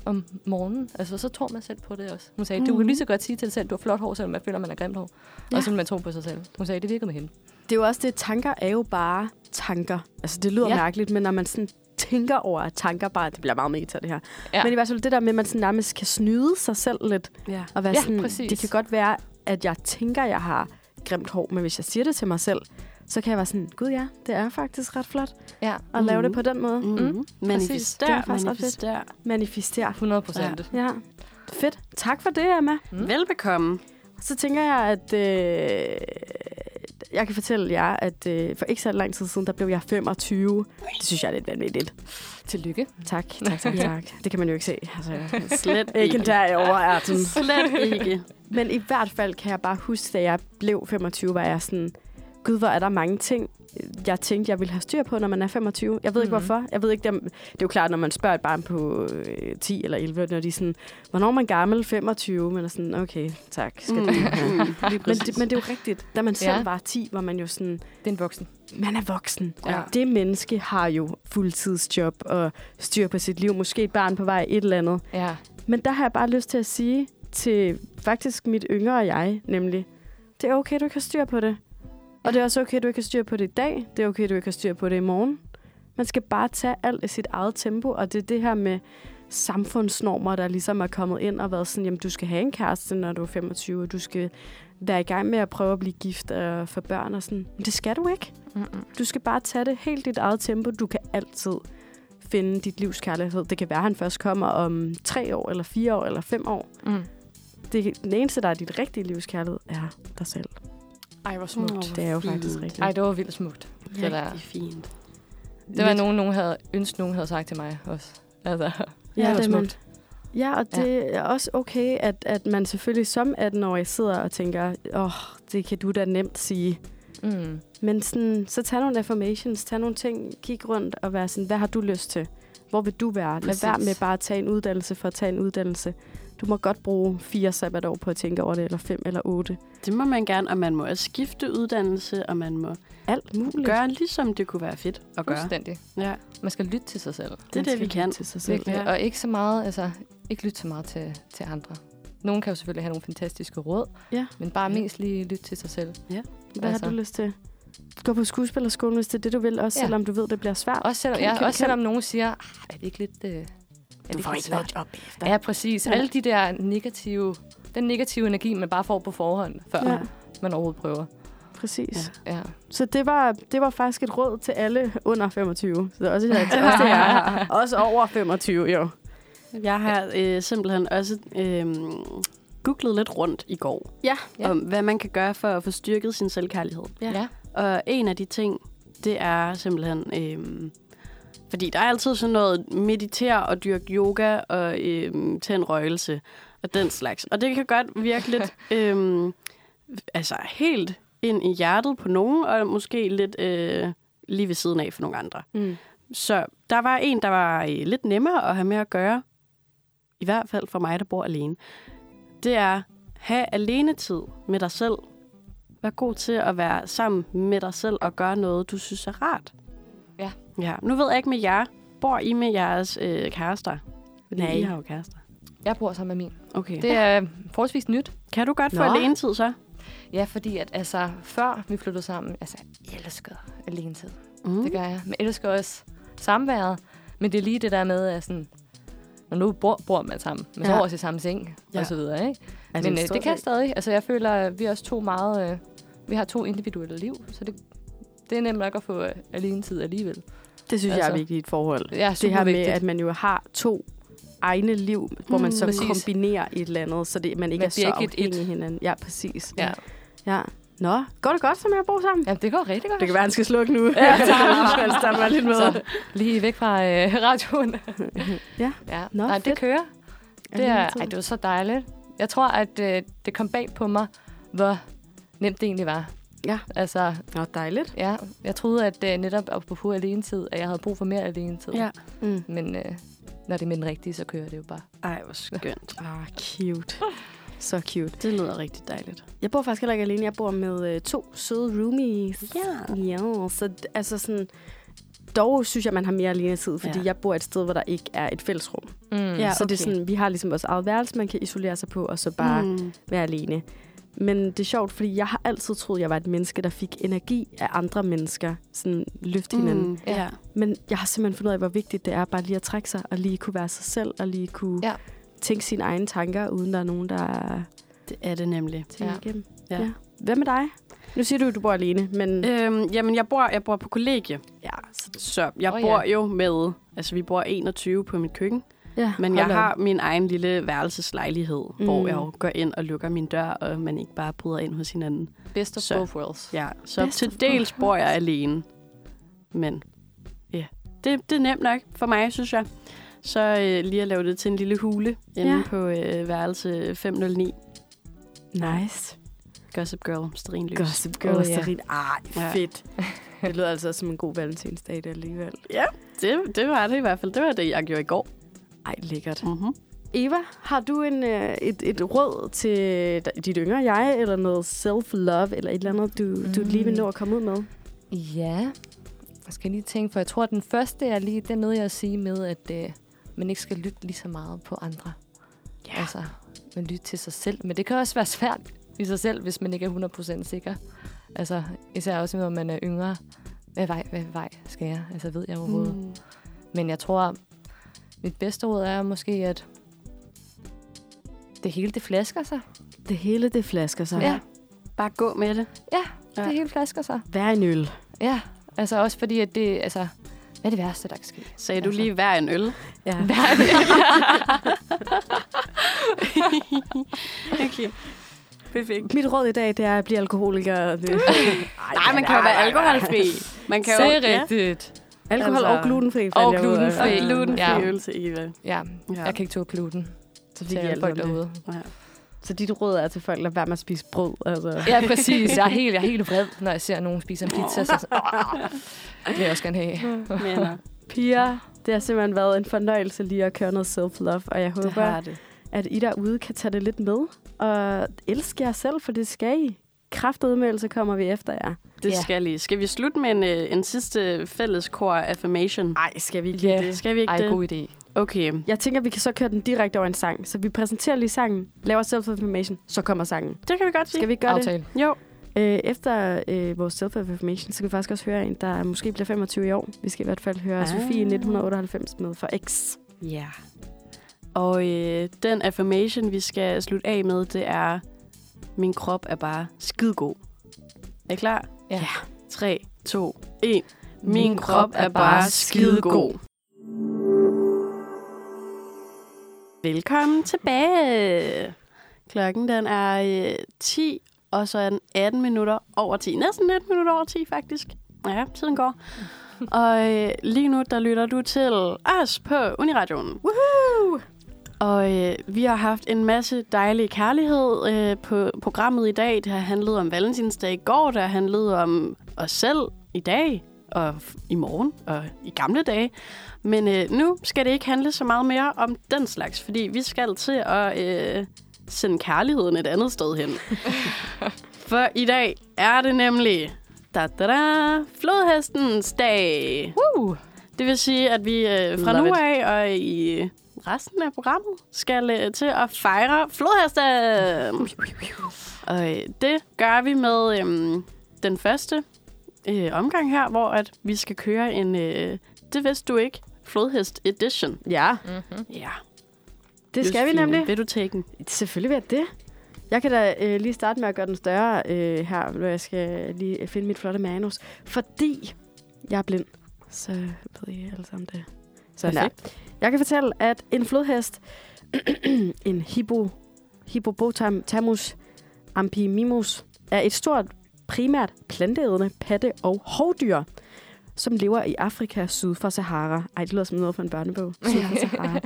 om morgenen. Altså, så tror man selv på det også. Hun sagde, mm. du kan lige så godt sige til dig selv, du har flot hår, selvom man føler, man har grimt hår. Ja. Ja. Og så man tror på sig selv. Hun sagde, det virkede med hende. Det er jo også det, tanker er jo bare tanker. Altså, det lyder Ja. ja. mærkeligt, men når man sådan tænker over, at tanker bare... Det bliver meget mega til det her. Ja. Ja. Men i hvert fald det der med, at man sådan nærmest kan snyde sig selv lidt. Ja. Og være Ja, sådan, præcis. det kan godt være, at jeg tænker, at jeg har grimt hår, men hvis jeg siger det til mig selv, så kan jeg være sådan, gud ja, det er faktisk ret flot at Ja, mm-hmm. lave det Mhm. på den måde. Mm-hmm. Det Manifester, er faktisk ret fedt. manifester. Manifestere. 100 procent. Ja. Ja, fedt. Tak for det, Emma. Mm. Velbekomme. Så tænker jeg, at øh, jeg kan fortælle jer, at øh, for ikke så lang tid siden, der blev jeg 25. Det synes jeg er lidt vanvittigt. Tillykke. Tak, tak, tak, tak. Det kan man jo ikke se. Altså, Slet ikke ikke. en dag over 18. Slet ikke. Men i hvert fald kan jeg bare huske, da jeg blev 25, var jeg sådan, gud, hvor er der mange ting, jeg tænkte, jeg ville have styr på, når man er 25. Jeg ved ikke, Mhm. hvorfor. Jeg ved ikke, det er, det er jo klart, når man spørger et barn på øh, 10 eller 11, når de er sådan, hvornår er man gammel? 25? Man er sådan, okay, tak. Skal mm. Mm-hmm. men, det, men det er jo rigtigt. Da man selv Mhm. Ja. ja. var 10, var man jo sådan, Det er en voksen. man er voksen. Ja. Ja. Det menneske har jo fuldtidsjob og styr på sit liv. Måske et barn på vej, et eller andet. Ja. Men der har jeg bare lyst til at sige til faktisk mit yngre jeg, nemlig, det er okay, du ikke har styr på det. Og det er også okay, du ikke har styr på det i dag. Det er okay, du ikke har styr på det i morgen. Man skal bare tage alt i sit eget tempo, og det er det her med samfundsnormer, der ligesom er kommet ind og været sådan, jamen du skal have en kæreste, når du er 25, og du skal være i gang med at prøve at blive gift og få børn og sådan. Men det skal du ikke. Mm-mm. Du skal bare tage det helt i dit eget tempo. Du kan altid finde dit livs kærlighed. Det kan være, at han først kommer om tre år, eller fire år, eller fem år. Mm. Det, den eneste, der er dit rigtige livs kærlighed, er dig selv. Ej, hvor smukt. Åh, Det er jo Fint. faktisk rigtigt. Ej, det var vildt smukt. det der. Rigtig fint. Det var nogen, nogen havde ønsket, nogen havde sagt til mig også. Altså, Ja, det var det er man- smukt. Ja, og det er også okay, at, at man selvfølgelig som 18-årig sidder og tænker, åh, oh, det kan du da nemt sige. Mm. Men sådan, så tag nogle affirmations, tag nogle ting, kig rundt og vær sådan, hvad har du lyst til? Hvor vil du være? Lad Præcis. være med bare at tage en uddannelse for at tage en uddannelse. Du må godt bruge fire sabbatår på at tænke over det, eller fem eller otte. Det må man gerne, og man må også skifte uddannelse, og man må Alt muligt. gøre, ligesom det kunne være fedt at gøre. Fuldstændig. Ja, Man skal lytte til sig selv. det er Man det, skal vi kan. lytte Til sig selv. Virkelig. Ja. Og ikke så meget, altså, ikke lytte så meget til, til andre. Nogen kan jo selvfølgelig have nogle fantastiske råd, Ja. men bare Ja. mest lige lytte til sig selv. Hvad Altså. har du lyst til? Gå på skuespillerskolen, hvis det er det, du vil, også Ja. ja. selvom du ved, det bliver svært. Også selvom, Kan- ja, kan- også selvom nogen siger, "Ah, er det ikke lidt... Øh, er det lidt svært?" job efter. Ja, præcis. Ja. Alle de der negative, den negative energi, man bare får på forhånd, før Ja. ja. man overhovedet prøver. Præcis. Ja. Ja. Ja. Så det var, det var faktisk et råd til alle under 25. Så også, til også, til jer. også over 25, jo. Jeg har øh, simpelthen også øh, googlet lidt rundt i går, Ja. Ja. om hvad man kan gøre for at få styrket sin selvkærlighed. Ja. ja. Og en af de ting, det er simpelthen... Øh, fordi der er altid sådan noget meditere og dyrke yoga og øh, tænde røgelse og den slags. Og det kan godt virke lidt... Øh, altså helt ind i hjertet på nogen, og måske lidt øh, lige ved siden af for nogle andre. Mm. Så der var en, der var øh, lidt nemmere at have med at gøre. I hvert fald for mig, der bor alene. Det er, have alenetid med dig selv. Vær god til at være sammen med dig selv og gøre noget, du synes er rart. Ja. ja. Nu ved jeg ikke med jer. Bor I med jeres øh, kærester? Fordi Nej. I har jo kærester. Jeg bor sammen med min. Okay. Det... Det er øh, forholdsvis nyt. Kan du godt få Nå. alenetid så? Ja, fordi at, altså, før vi flyttede sammen, altså, jeg elskede Mhm. alene tid. Mm. Det gør jeg. Men jeg elsker også samværet. Men det er lige det der med, at sådan, Og nu bor, bor man sammen. Man Ja. sover også i samme seng, Ja. og så videre, ikke? Er Men en øh, stor det kan ting? stadig. Altså, jeg føler, at vi er også to meget... Øh, vi har to individuelle liv, så det, det er nemt nok at få øh, alene tid alligevel. Det synes altså, jeg er altså, vigtigt i et forhold. Det er Det super her vigtigt. med, at man jo har to egne liv, hvor man Mm, så præcis. kombinerer et eller andet, så det, man ikke Man er så bliver ikke et et. afhængig af hinanden. Ja, præcis. Ja. ja. Nå, går det godt, som jeg bor sammen? ja, det går rigtig godt. Det kan være, han skal slukke nu. Ja, tak. mig lidt med. Så, lige væk fra øh, radioen. Ja. ja. Nå, Nå, Nej, fedt. det kører. Det er, ej, det var så dejligt. Jeg tror, at øh, det kom bag på mig, hvor nemt det egentlig var. Ja. Altså, Nå, dejligt. ja, jeg troede, at øh, netop apropos alene tid, at jeg havde brug for mere alene tid. Ja. Mm. Men øh, når det er med den rigtige, så kører det jo bare. Ej, hvor skønt. Ah, cute. Så cute. Det lyder rigtig dejligt. Jeg bor faktisk heller ikke alene. Jeg bor med øh, to søde roomies. Ja. Ja, så d- altså sådan... Dog synes jeg, man har mere alene tid, fordi Ja. ja. jeg bor et sted, hvor der ikke er et fællesrum. Mm. Ja. Ja, så det er okay. sådan, vi har ligesom vores eget værelse, man kan isolere sig på, og så bare mm. Mm. være alene. Men det er sjovt, fordi jeg har altid troet, jeg var et menneske, der fik energi af andre mennesker. Sådan løfte hinanden. Mm. Ja. Men jeg har simpelthen fundet ud af, hvor vigtigt det er bare lige at trække sig, og lige kunne være sig selv, og lige kunne ja. Ja. tænke sine egne tanker, uden der er nogen, der Det er det nemlig. tænker ja. Ja. igennem. Ja. Øh. Ja. Ja. Hvad med dig? Nu siger du, at du bor alene, men... Øhm, jamen, jeg bor, jeg bor på kollegie, Ja, så, så jeg Åh, oh, ja. bor jo med... Altså, vi bor 21 på mit køkken, ja. men jeg hold op. har min egen lille værelseslejlighed, mm. hvor Mm. jeg jo går ind og lukker min dør, og man ikke bare bryder ind hos hinanden. Best of Så. så. both worlds. Ja, så Bedst Best of til dels bor jeg alene. Men ja, det, det er nemt nok for mig, synes jeg. Så øh, lige at lave det til en lille hule inde Ja. på øh, værelse 509. Nice. Gossip Girl, sterinløs. Gossip Girl Girl er oh, ja. serien. Ej, Ja. fedt. Det lyder altså som en god valentinsdag det alligevel. Det, det var det i hvert fald. Det var det, jeg gjorde i går. Ej, lækkert. Mm-hmm. Eva, har du en, øh, et, et råd til d- dit yngre jeg, eller noget self-love, eller et eller andet, du, mm. du lige vil nå at komme ud med? Ja. Jeg skal lige tænke, for jeg tror, at den første er lige, den nåede jeg at sige med, at øh, man ikke skal lytte lige så meget på andre. Ja. Altså, man lytter til sig selv. Men det kan også være svært i sig selv, hvis man ikke er 100% sikker. Altså, især også, når man er yngre. Hvad vej, hvad vej skal jeg? Altså, ved jeg overhovedet? Mm. Men jeg tror, mit bedste råd er måske, at det hele, det flasker sig. Det hele, det flasker sig. Ja, Bare gå med det. ja. Ja. det hele flasker sig. Vær en øl. Ja, altså også fordi, at det, altså, hvad er det værste, der kan ske? Sagde du Altså. lige hver en øl? Ja. okay. Perfekt. Mit råd i dag, det er at blive alkoholiker. Det. Nej, man kan jo være alkoholfri. Man kan jo... rigtigt. Alkohol Altså- og glutenfri. fandt Og jeg ud af. Og glutenfri. glutenfri Ja. øl til Eva. Ja, Ja. ja. jeg kan ikke tåle gluten. Så, Det det er folk folk derude. derude. Ja. så dit råd er til folk, lad være med at spise brød. Altså. Ja, præcis. Jeg er helt, jeg er helt vred, når jeg ser nogen spise en pizza. Så, det vil jeg også gerne have. Men, øh, Pia, det har simpelthen været en fornøjelse lige at køre noget self-love, og jeg det håber, har det. at I derude kan tage det lidt med. Og elske jer selv, for det skal I. Kraftedmødelse kommer vi efter jer. Det Ja. skal lige. Skal vi slutte med en, øh, en sidste fælles kor affirmation? Nej, skal vi ikke? Ja. Det skal vi ikke Ej, det? god idé. Okay. Jeg tænker, vi kan så køre den direkte over en sang. Så vi præsenterer lige sangen, laver self-affirmation, så kommer sangen. Det kan vi godt sige. Skal vi gøre det? Aftale. Jo. Øh, efter øh, vores self-affirmation, så kan vi faktisk også høre en, der måske bliver 25 i år. Vi skal i hvert fald høre ah. Ah. Sofie 1998 med for X. Ja. Yeah. Og øh, den affirmation, vi skal slutte af med, det er, min krop er bare skidegod. Er I klar? Ja. 3, 2, 1. Min krop er bare skidegod. Velkommen tilbage. Klokken den er øh, 10, og så er den 18 minutter over 10. Næsten 19 minutter over 10, faktisk. Ja, tiden går. Og øh, lige nu, der lytter du til os på Uniradioen. Woohoo! Og øh, vi har haft en masse dejlig kærlighed øh, på programmet i dag. Det har handlet om Valentinsdag i går, det har handlet om os selv i dag og f- i morgen og i gamle dage. Men øh, nu skal det ikke handle så meget mere om den slags, fordi vi skal til at øh, sende kærligheden et andet sted hen. For i dag er det nemlig da, da, da, flodhestens dag. Woo! Det vil sige, at vi øh, fra Love nu it. af og i resten af programmet skal øh, til at fejre flodhesten. Og øh, det gør vi med øh, den første øh, omgang her, hvor at vi skal køre en, øh, det vidste du ikke, flodhest edition. Ja. Ja. Det skal vi nemlig. Vil du tage den? Selvfølgelig vil jeg det. Jeg kan da øh, lige starte med at gøre den større øh, her, når jeg skal lige finde mit flotte manus. Fordi jeg er blind, så ved I alle sammen det. Sådan der. Jeg kan fortælle, at en flodhest, en hippo, hippopotamus ampimimus, er et stort, primært planteædende patte- og hovdyr, som lever i Afrika syd for Sahara. Ej, det lyder som noget fra en børnebog. Syd for Sahara.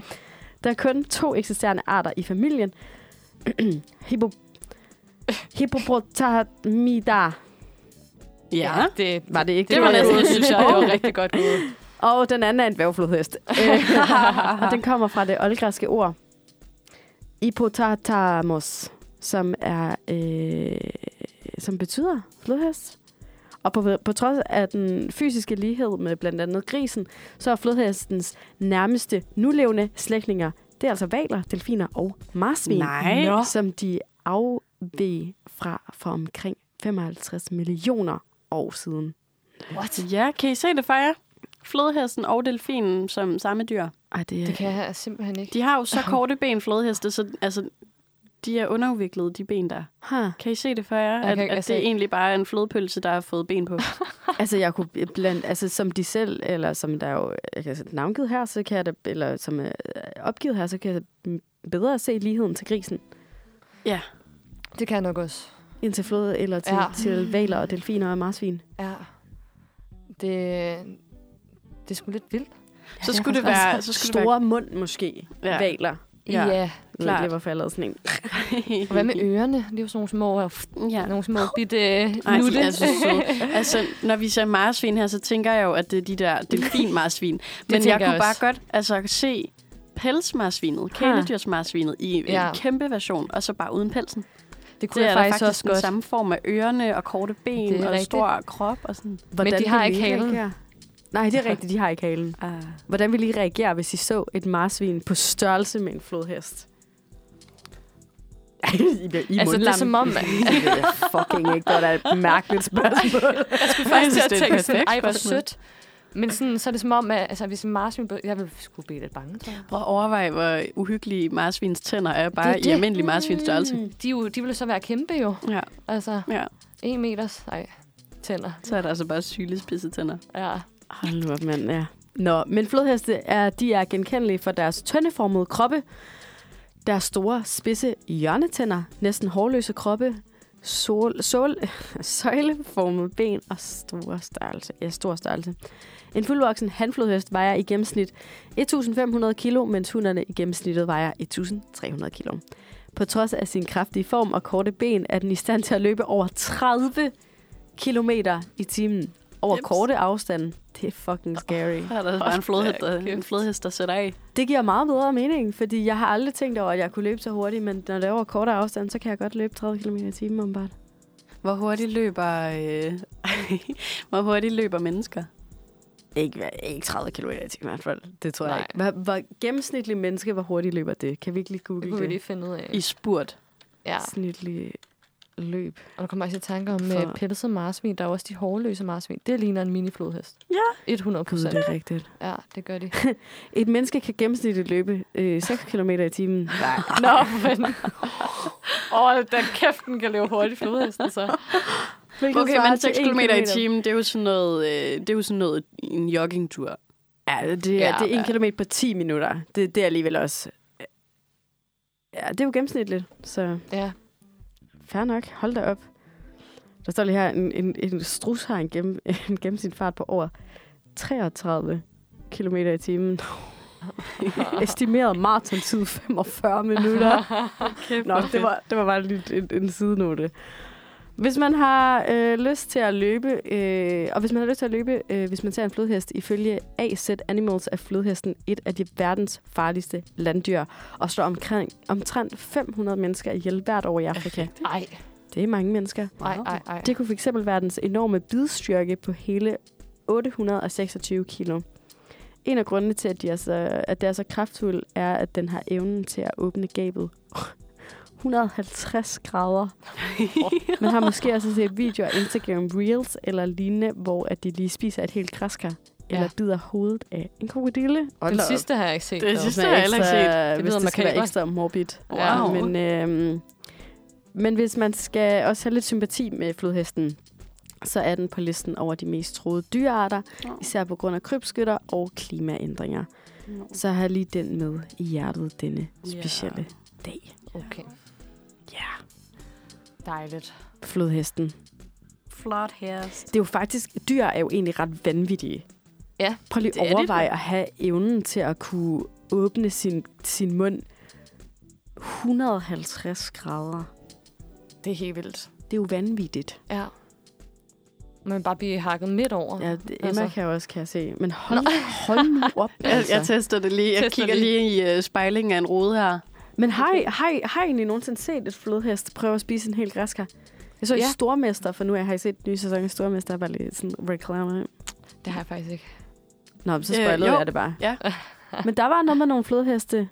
Der er kun to eksisterende arter i familien. Hippo, hippopotamida. Ja. det, Var det ikke Det var næsten, synes jeg, det var rigtig godt gået. Og den anden er en dværgflodhest. Øh, og den kommer fra det oldgræske ord. Ipotatamus, som er øh, som betyder flodhest. Og på, på trods af den fysiske lighed med blandt andet grisen, så er flodhestens nærmeste nulevende slægtninger, det er altså valer, delfiner og marsvin, Nej. Nå. som de afveg fra for omkring 55 millioner år siden. What? Ja, kan I se det for jer? Flodhesten og delfinen som samme dyr. Ej, det, Det kan jeg simpelthen ikke. De har jo så korte ben, flodheste, så altså, de er underudviklede, de ben der. Huh. Kan I se det for jer, Jeg at, kan ikke- at altså- det egentlig bare er en flodpølse, der har fået ben på? Altså, jeg kunne blandt, altså, som de selv, eller som der er jo altså, navngivet her, så kan jeg da, eller som er opgivet her, så kan jeg da bedre se ligheden til grisen, Det kan jeg nok også. end til flod, eller til, ja. Ja. til valer og delfiner og marsvin. Ja. Det, det er sgu lidt vildt. Så skulle det være... Så skulle det Store mund måske, ja. Ja. valer. Ja, Jeg ved ikke, klart. lige, hvorfor jeg lavede sådan en. være... Og hvad med ørerne? Det er jo sådan nogle små, Ja. nogle små bitte øh, Ej, nutte. de er så søde. altså, når vi ser marsvin her, så tænker jeg jo, at det er de der delfinmarsvin. Men tænker jeg kunne jeg bare også. godt altså, se pelsmarsvinet, Ha. kæledyrsmarsvinet i en Ja. kæmpe version, og så bare uden pelsen. det kunne Det jeg er da faktisk, faktisk også faktisk den godt. samme form af ørerne og korte ben Det er og rigtigt. stor krop og sådan. Hvordan de har ville ikke I halen. reagere? Nej, det er rigtigt, de har ikke halen. Ah. Hvordan ville I reagere, hvis I så et marsvin på størrelse med en flodhest? I bliver i Altså, det er mundlam. som om, at Det ved jeg fucking ikke. Det var da et mærkeligt spørgsmål. jeg skulle først til synes, at det er et tænke sådan, perfekt ej, hvor spørgsmål." sødt. Men sådan, så er det som om, at altså, hvis en marsvin... blev- Jeg ville sgu blive lidt bange, tror jeg. Prøv at overveje, hvor uhyggelige marsvins tænder er bare Det er det, Mm. det. det. i almindelig marsvins størrelse. Mm. De, er jo, de ville så være kæmpe jo. Ja, Altså, ja. en meters... Ej, tænder. Så er der altså bare sylespidse tænder. Ja. Hold nu op, mand. Ja. Nå, men flodheste er, de er genkendelige for deres tøndeformede kroppe, deres store, spidse hjørnetænder, næsten hårløse kroppe, sol, sol, søjleformede ben og store størrelse. Ja, stor størrelse. En fuldvoksen handflodhest vejer i gennemsnit 1.500 kilo, mens hunderne i gennemsnittet vejer 1.300 kilo. På trods af sin kraftige form og korte ben, er den i stand til at løbe over 30 km i timen over Jeps. korte afstande. Det er fucking scary. Så er der bare en flodhest, der, kæft. en flodhest, der sætter af. Det giver meget bedre mening, fordi jeg har aldrig tænkt over, at jeg kunne løbe så hurtigt, men når det er over kortere afstand, så kan jeg godt løbe 30 km i timen om bare. Hvor hurtigt løber, øh, hvor hurtigt løber mennesker? Ikke, ikke 30 km i timen i hvert fald. Det tror jeg Nej. ikke. Hvor, hvor gennemsnitlig menneske, hvor hurtigt løber det? Kan vi ikke lige Det google kunne vi det? lige finde ud af. I spurt. Ja. Snitlig løb. Og der kommer også i tanker om For- For... pelset marsvin. Der er også de hårløse marsvin. Det ligner en miniflodhest. Ja. Gud, 100 procent. det er rigtigt. Ja, det gør de. Et menneske kan gennemsnitligt løbe øh, 6 km i timen. Nej. Nå, men... Åh, oh, den kæft, den kan løbe hurtigt flodhesten, så. Hvilket Okay, svarer men til 6 1 km i timen, det er jo sådan noget, øh, det er jo sådan noget en joggingtur. Ja, det er, ja, Ja, det er 1 ja. km på 10 minutter. Det, det er alligevel også... Ja, det er jo gennemsnitligt, så... Ja, Fair nok. Hold da op. Der står lige her, en, en, en strus har en, gennem, en gennemsnit fart på over 33 km i timen. Estimeret maratontid 45 minutter. Nå, det var, det var bare lige en, en sidenote. Hvis man har øh, lyst til at løbe, øh, og hvis man har lyst til at løbe, øh, hvis man ser en flodhest, ifølge AZ Animals er flodhesten et af de verdens farligste landdyr, og slår omkring, omtrent 500 mennesker ihjel hvert år i Afrika. ej, Det er mange mennesker. ej, ej, ej. Det kunne fx være dens enorme bidstyrke på hele 826 kilo. En af grundene til, at, de er så, at det er så kraftfuld, er, at den har evnen til at åbne gabet 150 grader. Man har måske også set videoer af Instagram Reels eller lignende, hvor at de lige spiser et helt græskar ja. Ja. eller bider hovedet af en krokodille. Og Den sidste har jeg ikke set. Det dog. sidste har jeg heller ikke set. Det Det hvis lyder det skal være makabert. ekstra morbid. Ja. Wow. Men, øhm, men hvis man skal også have lidt sympati med flodhesten, så er den på listen over de mest troede dyrearter, Nå. især på grund af krybskytter og klimaændringer. Så har jeg lige den med i hjertet denne Ja. specielle dag. Okay. Ja, Dejligt. flodhesten. Flot her. Det er jo faktisk, dyr er jo egentlig ret vanvittige. Ja, Prøv lige det er at de overveje da. at have evnen til at kunne åbne sin, sin mund 150 grader. Det er helt vildt. Det er jo vanvittigt. Ja. Man bare blive hakket midt over. Ja, det, Emma altså. altså. kan jo også, kan jeg se. Men hold, hold nu op, Jeg, jeg altså. tester det lige. Jeg Tester kigger lige, i uh, spejlingen af en rode her. Men har I, har, I, har I egentlig nogensinde set et flodhest prøve at spise en hel græskar? Jeg så ja. i Ja. Stormester, for nu har jeg set den nye sæson af Stormester, bare lige sådan reklame. Det har jeg faktisk ikke. Nå, men så Øh, spoilede jo. øh, jeg det bare. Ja. men der var noget med nogle flodheste.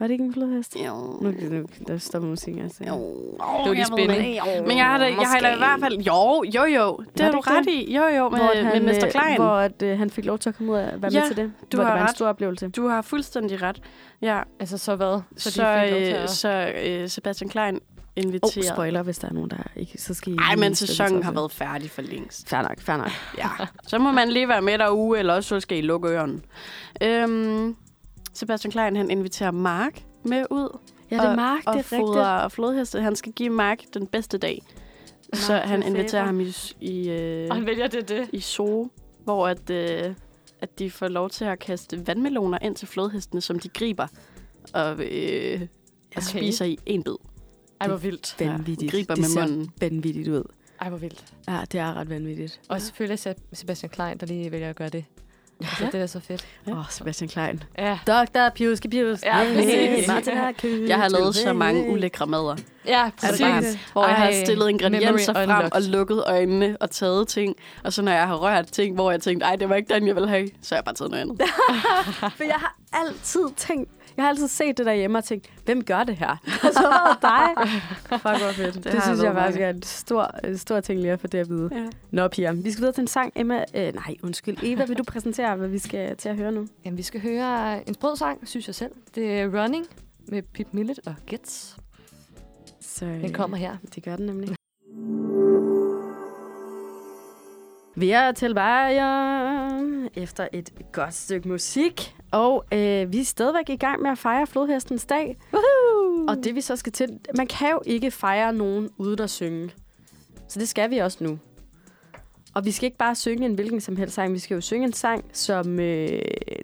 Var det ikke en flodhest? Jo. Nu, nu der stopper musikken altså. Jo. Det er jo Jeg lige ved spænding. det. Men jeg har, da, jeg har da i hvert fald... Jo, jo, jo. Det Var har det du ikke ret det? i. Jo, jo, med, Hvor at med Mr. øh, Klein. Hvor at, øh, han fik lov til at komme ud og være Ja, med til det. du hvor har det var en ret. stor oplevelse. Du har fuldstændig ret. Ja, Altså, så hvad? så, de fik lov til så, øh, at- så øh, Sebastian Klein Åh, inviterer. oh, spoiler, hvis der er nogen, der ikke... Så skal I Nej, lige men stille sæsonen sig har til. været færdig for længst. Fair nok, fair nok. Ja. Så må man lige være med derude, eller også så skal I lukke ørerne. Øhm, Sebastian Klein, han inviterer Mark med ud Ja, det er Og- Mark, og det er rigtigt. fodrer flodheste. Han skal give Mark den bedste dag. Mark så Mark han the inviterer Saver. ham i, i, øh, Og han vælger det, det. i zoo, hvor at, øh, at de får lov til at kaste vandmeloner ind til flodhestene, som de griber og, øh, okay. og spiser i en bid. Ej, hvor vildt. Vanvittigt. griber det med ser munden. vanvittigt ud. Ej, hvor vildt. Ja, det er ret vanvittigt. Og selvfølgelig Seb- Sebastian Klein, der lige vælger at gøre det. Altså, Ja. det er så fedt. Åh, oh, Sebastian Klein. Ja. Doktor, pjuske, pjuske. Ja, præcis. Martin Herkød. Jeg har lavet så mange ulækre mader, Ja, præcis. hvor Ej, jeg har stillet ingredienser memory frem unlocked. unlocked. og lukket øjnene og taget ting. Og så når jeg har rørt ting, hvor jeg tænkte, nej, det var ikke den, jeg ville have, så har jeg bare taget noget andet. For jeg har altid tænkt, jeg har altid set det der hjemme og tænkt, hvem gør det her? Og så var det dig. Fuck, hvor fedt. Det, har det synes jeg jeg været faktisk mange. er en stor, en stor ting lige at få det at vide. Ja. Nå, piger, vi skal videre til en sang. Emma, øh, nej, undskyld. Eva, vil du præsentere, hvad vi skal til at høre nu? Jamen, vi skal høre øh, en sprød sang, synes jeg selv. Det er Running med Pip Millet og Gets. Så, Den kommer her. Det gør den nemlig. Vi er tilbage efter et godt stykke musik, og øh, vi er stadigvæk i gang med at fejre Flodhestens dag. Woohoo! Og det vi så skal til, man kan jo ikke fejre nogen uden at synge. Så det skal vi også nu. Og vi skal ikke bare synge en hvilken som helst sang, vi skal jo synge en sang, som øh,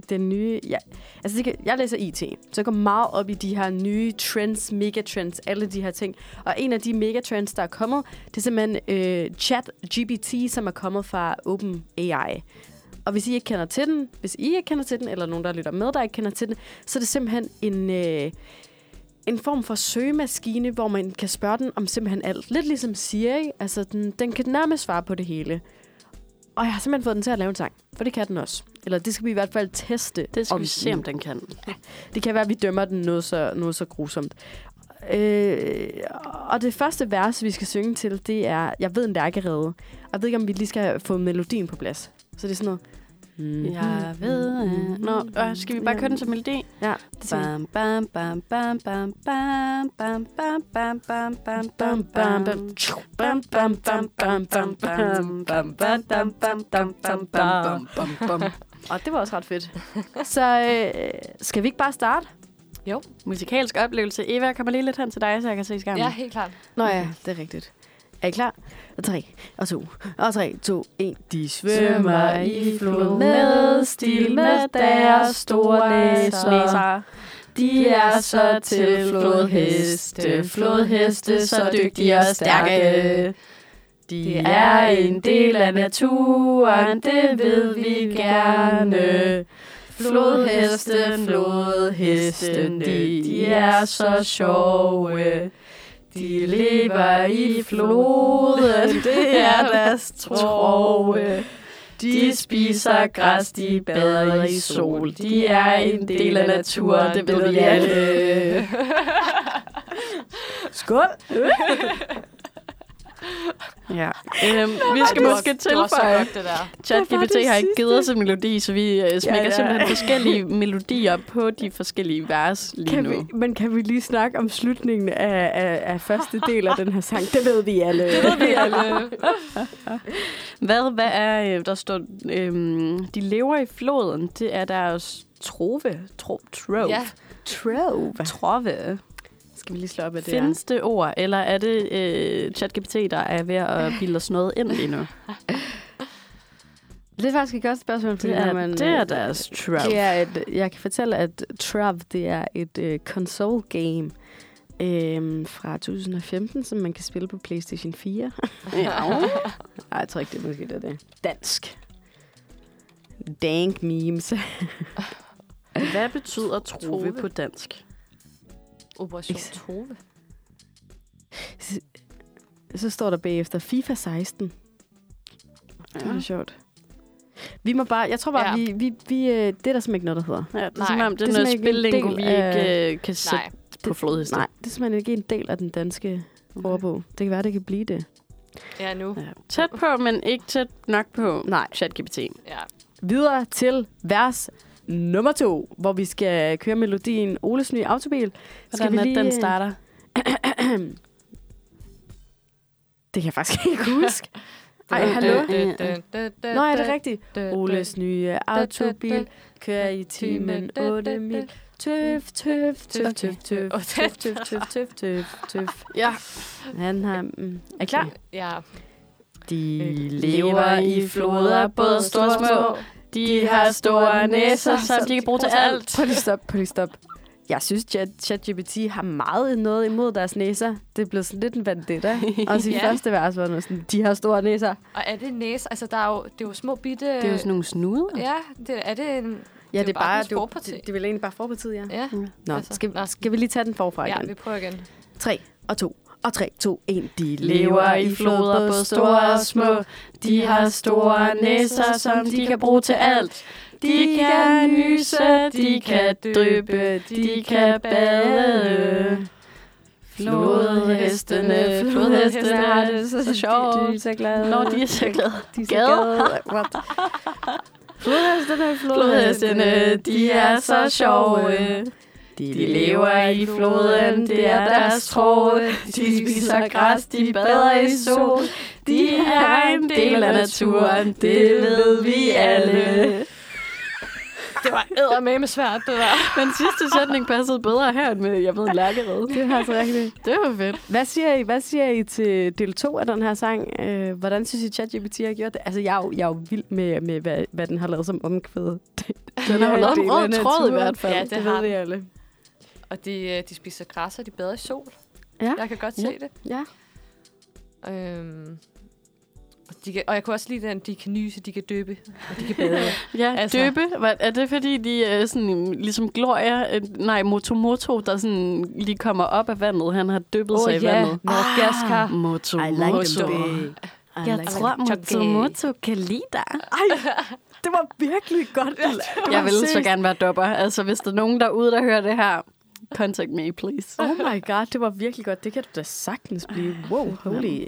den nye... Ja, altså det kan, jeg læser IT, så jeg går meget op i de her nye trends, megatrends, alle de her ting. Og en af de megatrends, der er kommet, det er simpelthen øh, ChatGPT, som er kommet fra OpenAI. Og hvis I ikke kender til den, hvis I ikke kender til den, eller nogen, der lytter med, der ikke kender til den, så er det simpelthen en, øh, en form for søgemaskine, hvor man kan spørge den om simpelthen alt. Lidt ligesom Siri, altså den, den kan nærmest svare på det hele. Og jeg har simpelthen fået den til at lave en sang, for det kan den også. Eller det skal vi i hvert fald teste. Det skal om vi se, den om den kan. det kan være, at vi dømmer den noget så, noget så grusomt. Øh, og det første vers, vi skal synge til, det er Jeg ved en lærkerede. Og jeg ved ikke, om vi lige skal få melodien på plads. Så det er sådan noget... Mm. Jeg ved... øh, Nå, øh, skal vi bare køre den som melodi? Ja, det tænker jeg. Bam, bam, bam, bam, bam, bam, bam, bam, bam, bam, bam, Bam, bam, bam, tju, bam, bam, bam, bam, bam, bam, bam, bam, bam, bam, bam, bam, bam. Og det var også ret fedt. Så øh, skal vi ikke bare starte? Musikalsk oplevelse. Eva, jeg kommer lige lidt hen til dig, så jeg kan se skærmen. Ja, helt klart. Nå ja, det er rigtigt. Er I klar? Og tre, og to, og tre, to, en. De svømmer i floden med stil med deres store næser. De er så til flodheste, flodheste, så dygtige og stærke. De er en del af naturen, det ved vi gerne. Flodheste, flodhesten, de, de er så sjove. De lever i floden, det er deres trove. De spiser græs, de bader i sol. De er en del af naturen, det ved vi alle. Skål! Ja. Øhm, vi skal det var- måske Det var så tilføje, godt, det der. Hvad var ChatGPT det har ikke sidste? givet os en melodi, så vi øh, smækker ja. simpelthen forskellige melodier på de forskellige vers lige Kan nu. vi, men kan vi lige snakke om slutningen af, af, af første del af den her sang? Det ved vi alle. Det ved vi alle. Hvad, hvad er, øh, der står, øhm, de lever i floden, det er deres trove, tro, trove, Ja, Trove. trove. Skal vi lige slå op af det her? Findes det ord, eller er det øh, ChatGPT, der er ved at bilde os noget ind lige nu? Det er faktisk et godt spørgsmål. fordi Det er, når man, øh, det er deres trove. Det er et, jeg kan fortælle, at Trav det er et øh, console game øhm, fra 2015, som man kan spille på PlayStation 4. Ja. Nej, jeg tror ikke, det er måske det, er det. Dansk. Dank memes. Hvad betyder trove Trove. på dansk? Operation Ikke- Tove. Så står der bagefter FIFA 16. Det er Ja. ja. sjovt. Vi må bare, jeg tror bare, Ja. ja. vi, vi, vi, øh, det er der simpelthen ikke noget, der hedder. Ja, det er Nej, som om, det det er er noget simpelthen ikke en spillingo, vi del ikke øh, kan sætte Nej, på flodhesten. Nej, det er simpelthen ikke en del af den danske ordbog. Det kan være, det kan blive det. ja nu. Ja. Tæt på, men ikke tæt nok på Nej. ChatGPT. Ja. videre til vers nummer to, hvor vi skal køre melodien Oles nye autobil. Hvordan vi er den starter? Det kan jeg faktisk ikke huske. Ej, Øh, hallo? øh, Nå, er det rigtigt? Oles. Oles nye autobil kører i timen 8 mil. Tøf, tøf, tøf, tøf, tøf, tøf, tøf, tøf, tøf, tøf, tøf. Ja. Han har... mm, Er I Øh, klar? Ja. De lever i floder, både store og små. De har store næser, som de kan bruge til alt. Prøv lige stop, prøv lige stop. Jeg synes, at ChatGPT har meget noget imod deres næser. Det er blevet sådan lidt en vendetta. Også i Ja. første vers var det sådan, de har store næser. Og er det næse? Altså, der er jo, det er jo små bitte... Det er jo sådan nogle snuder. Ja, det, er det en... Ja, det er bare, dens det, er jo- forparti. det, det er vel egentlig bare forpartiet, ja. Ja, Nå, altså, skal, nå. skal vi lige tage den forfra ja, vi igen? prøver igen. 3 og 2 og 3, 2, 1. De Lever i floder, både store og små. De har store næser, som de kan bruge til alt. De kan nyse, de kan dyppe, de kan bade. Flodhestene, flodhestene har det så De, de er sjovt. så glade. Når de er så glade. De er så Gade. glade. What? Flodhestene, Flodhestene, de er så sjove. De lever i floden, det er deres trove. De spiser græs, de bader i sol. De er en del af naturen, det ved vi alle. Det var eddermame svært, det der. Den sidste sætning passede bedre her end med, jeg ved, en lærkerede. Det er altså rigtigt. Det var fedt. Hvad siger, I, hvad siger I til del 2 af den her sang? Øh, hvordan synes I, ChatGPT har gjort det? Altså, jeg er jo, jeg er jo vild med, med hvad, hvad den har lavet som omkvæde. Den har jo lavet en rød tråd i hvert fald. Ja, det har ved den. vi alle. Og de, øh, de spiser græs, og de bader i sol. Ja. Jeg kan godt Ja. se det. Ja. Øhm, og, de kan, og jeg kunne også lide den, de kan nyse, de kan døbe, og de kan bade. Ja, Altså. altså. døbe. Hvad- Er det fordi, de er sådan, ligesom Gloria, øh, nej, Motomoto, der sådan lige kommer op af vandet, han har dyppet sig Ah, i vandet? Nå, Ah. gaskar. Motomoto. Jeg tror, Motomoto kan lide dig. Det var virkelig godt. Jeg ville så gerne være dopper. Altså, hvis der er nogen derude, der hører det her, contact me, please. Oh my god, det var virkelig godt. Det kan du da sagtens blive. Ah, Wow, holy.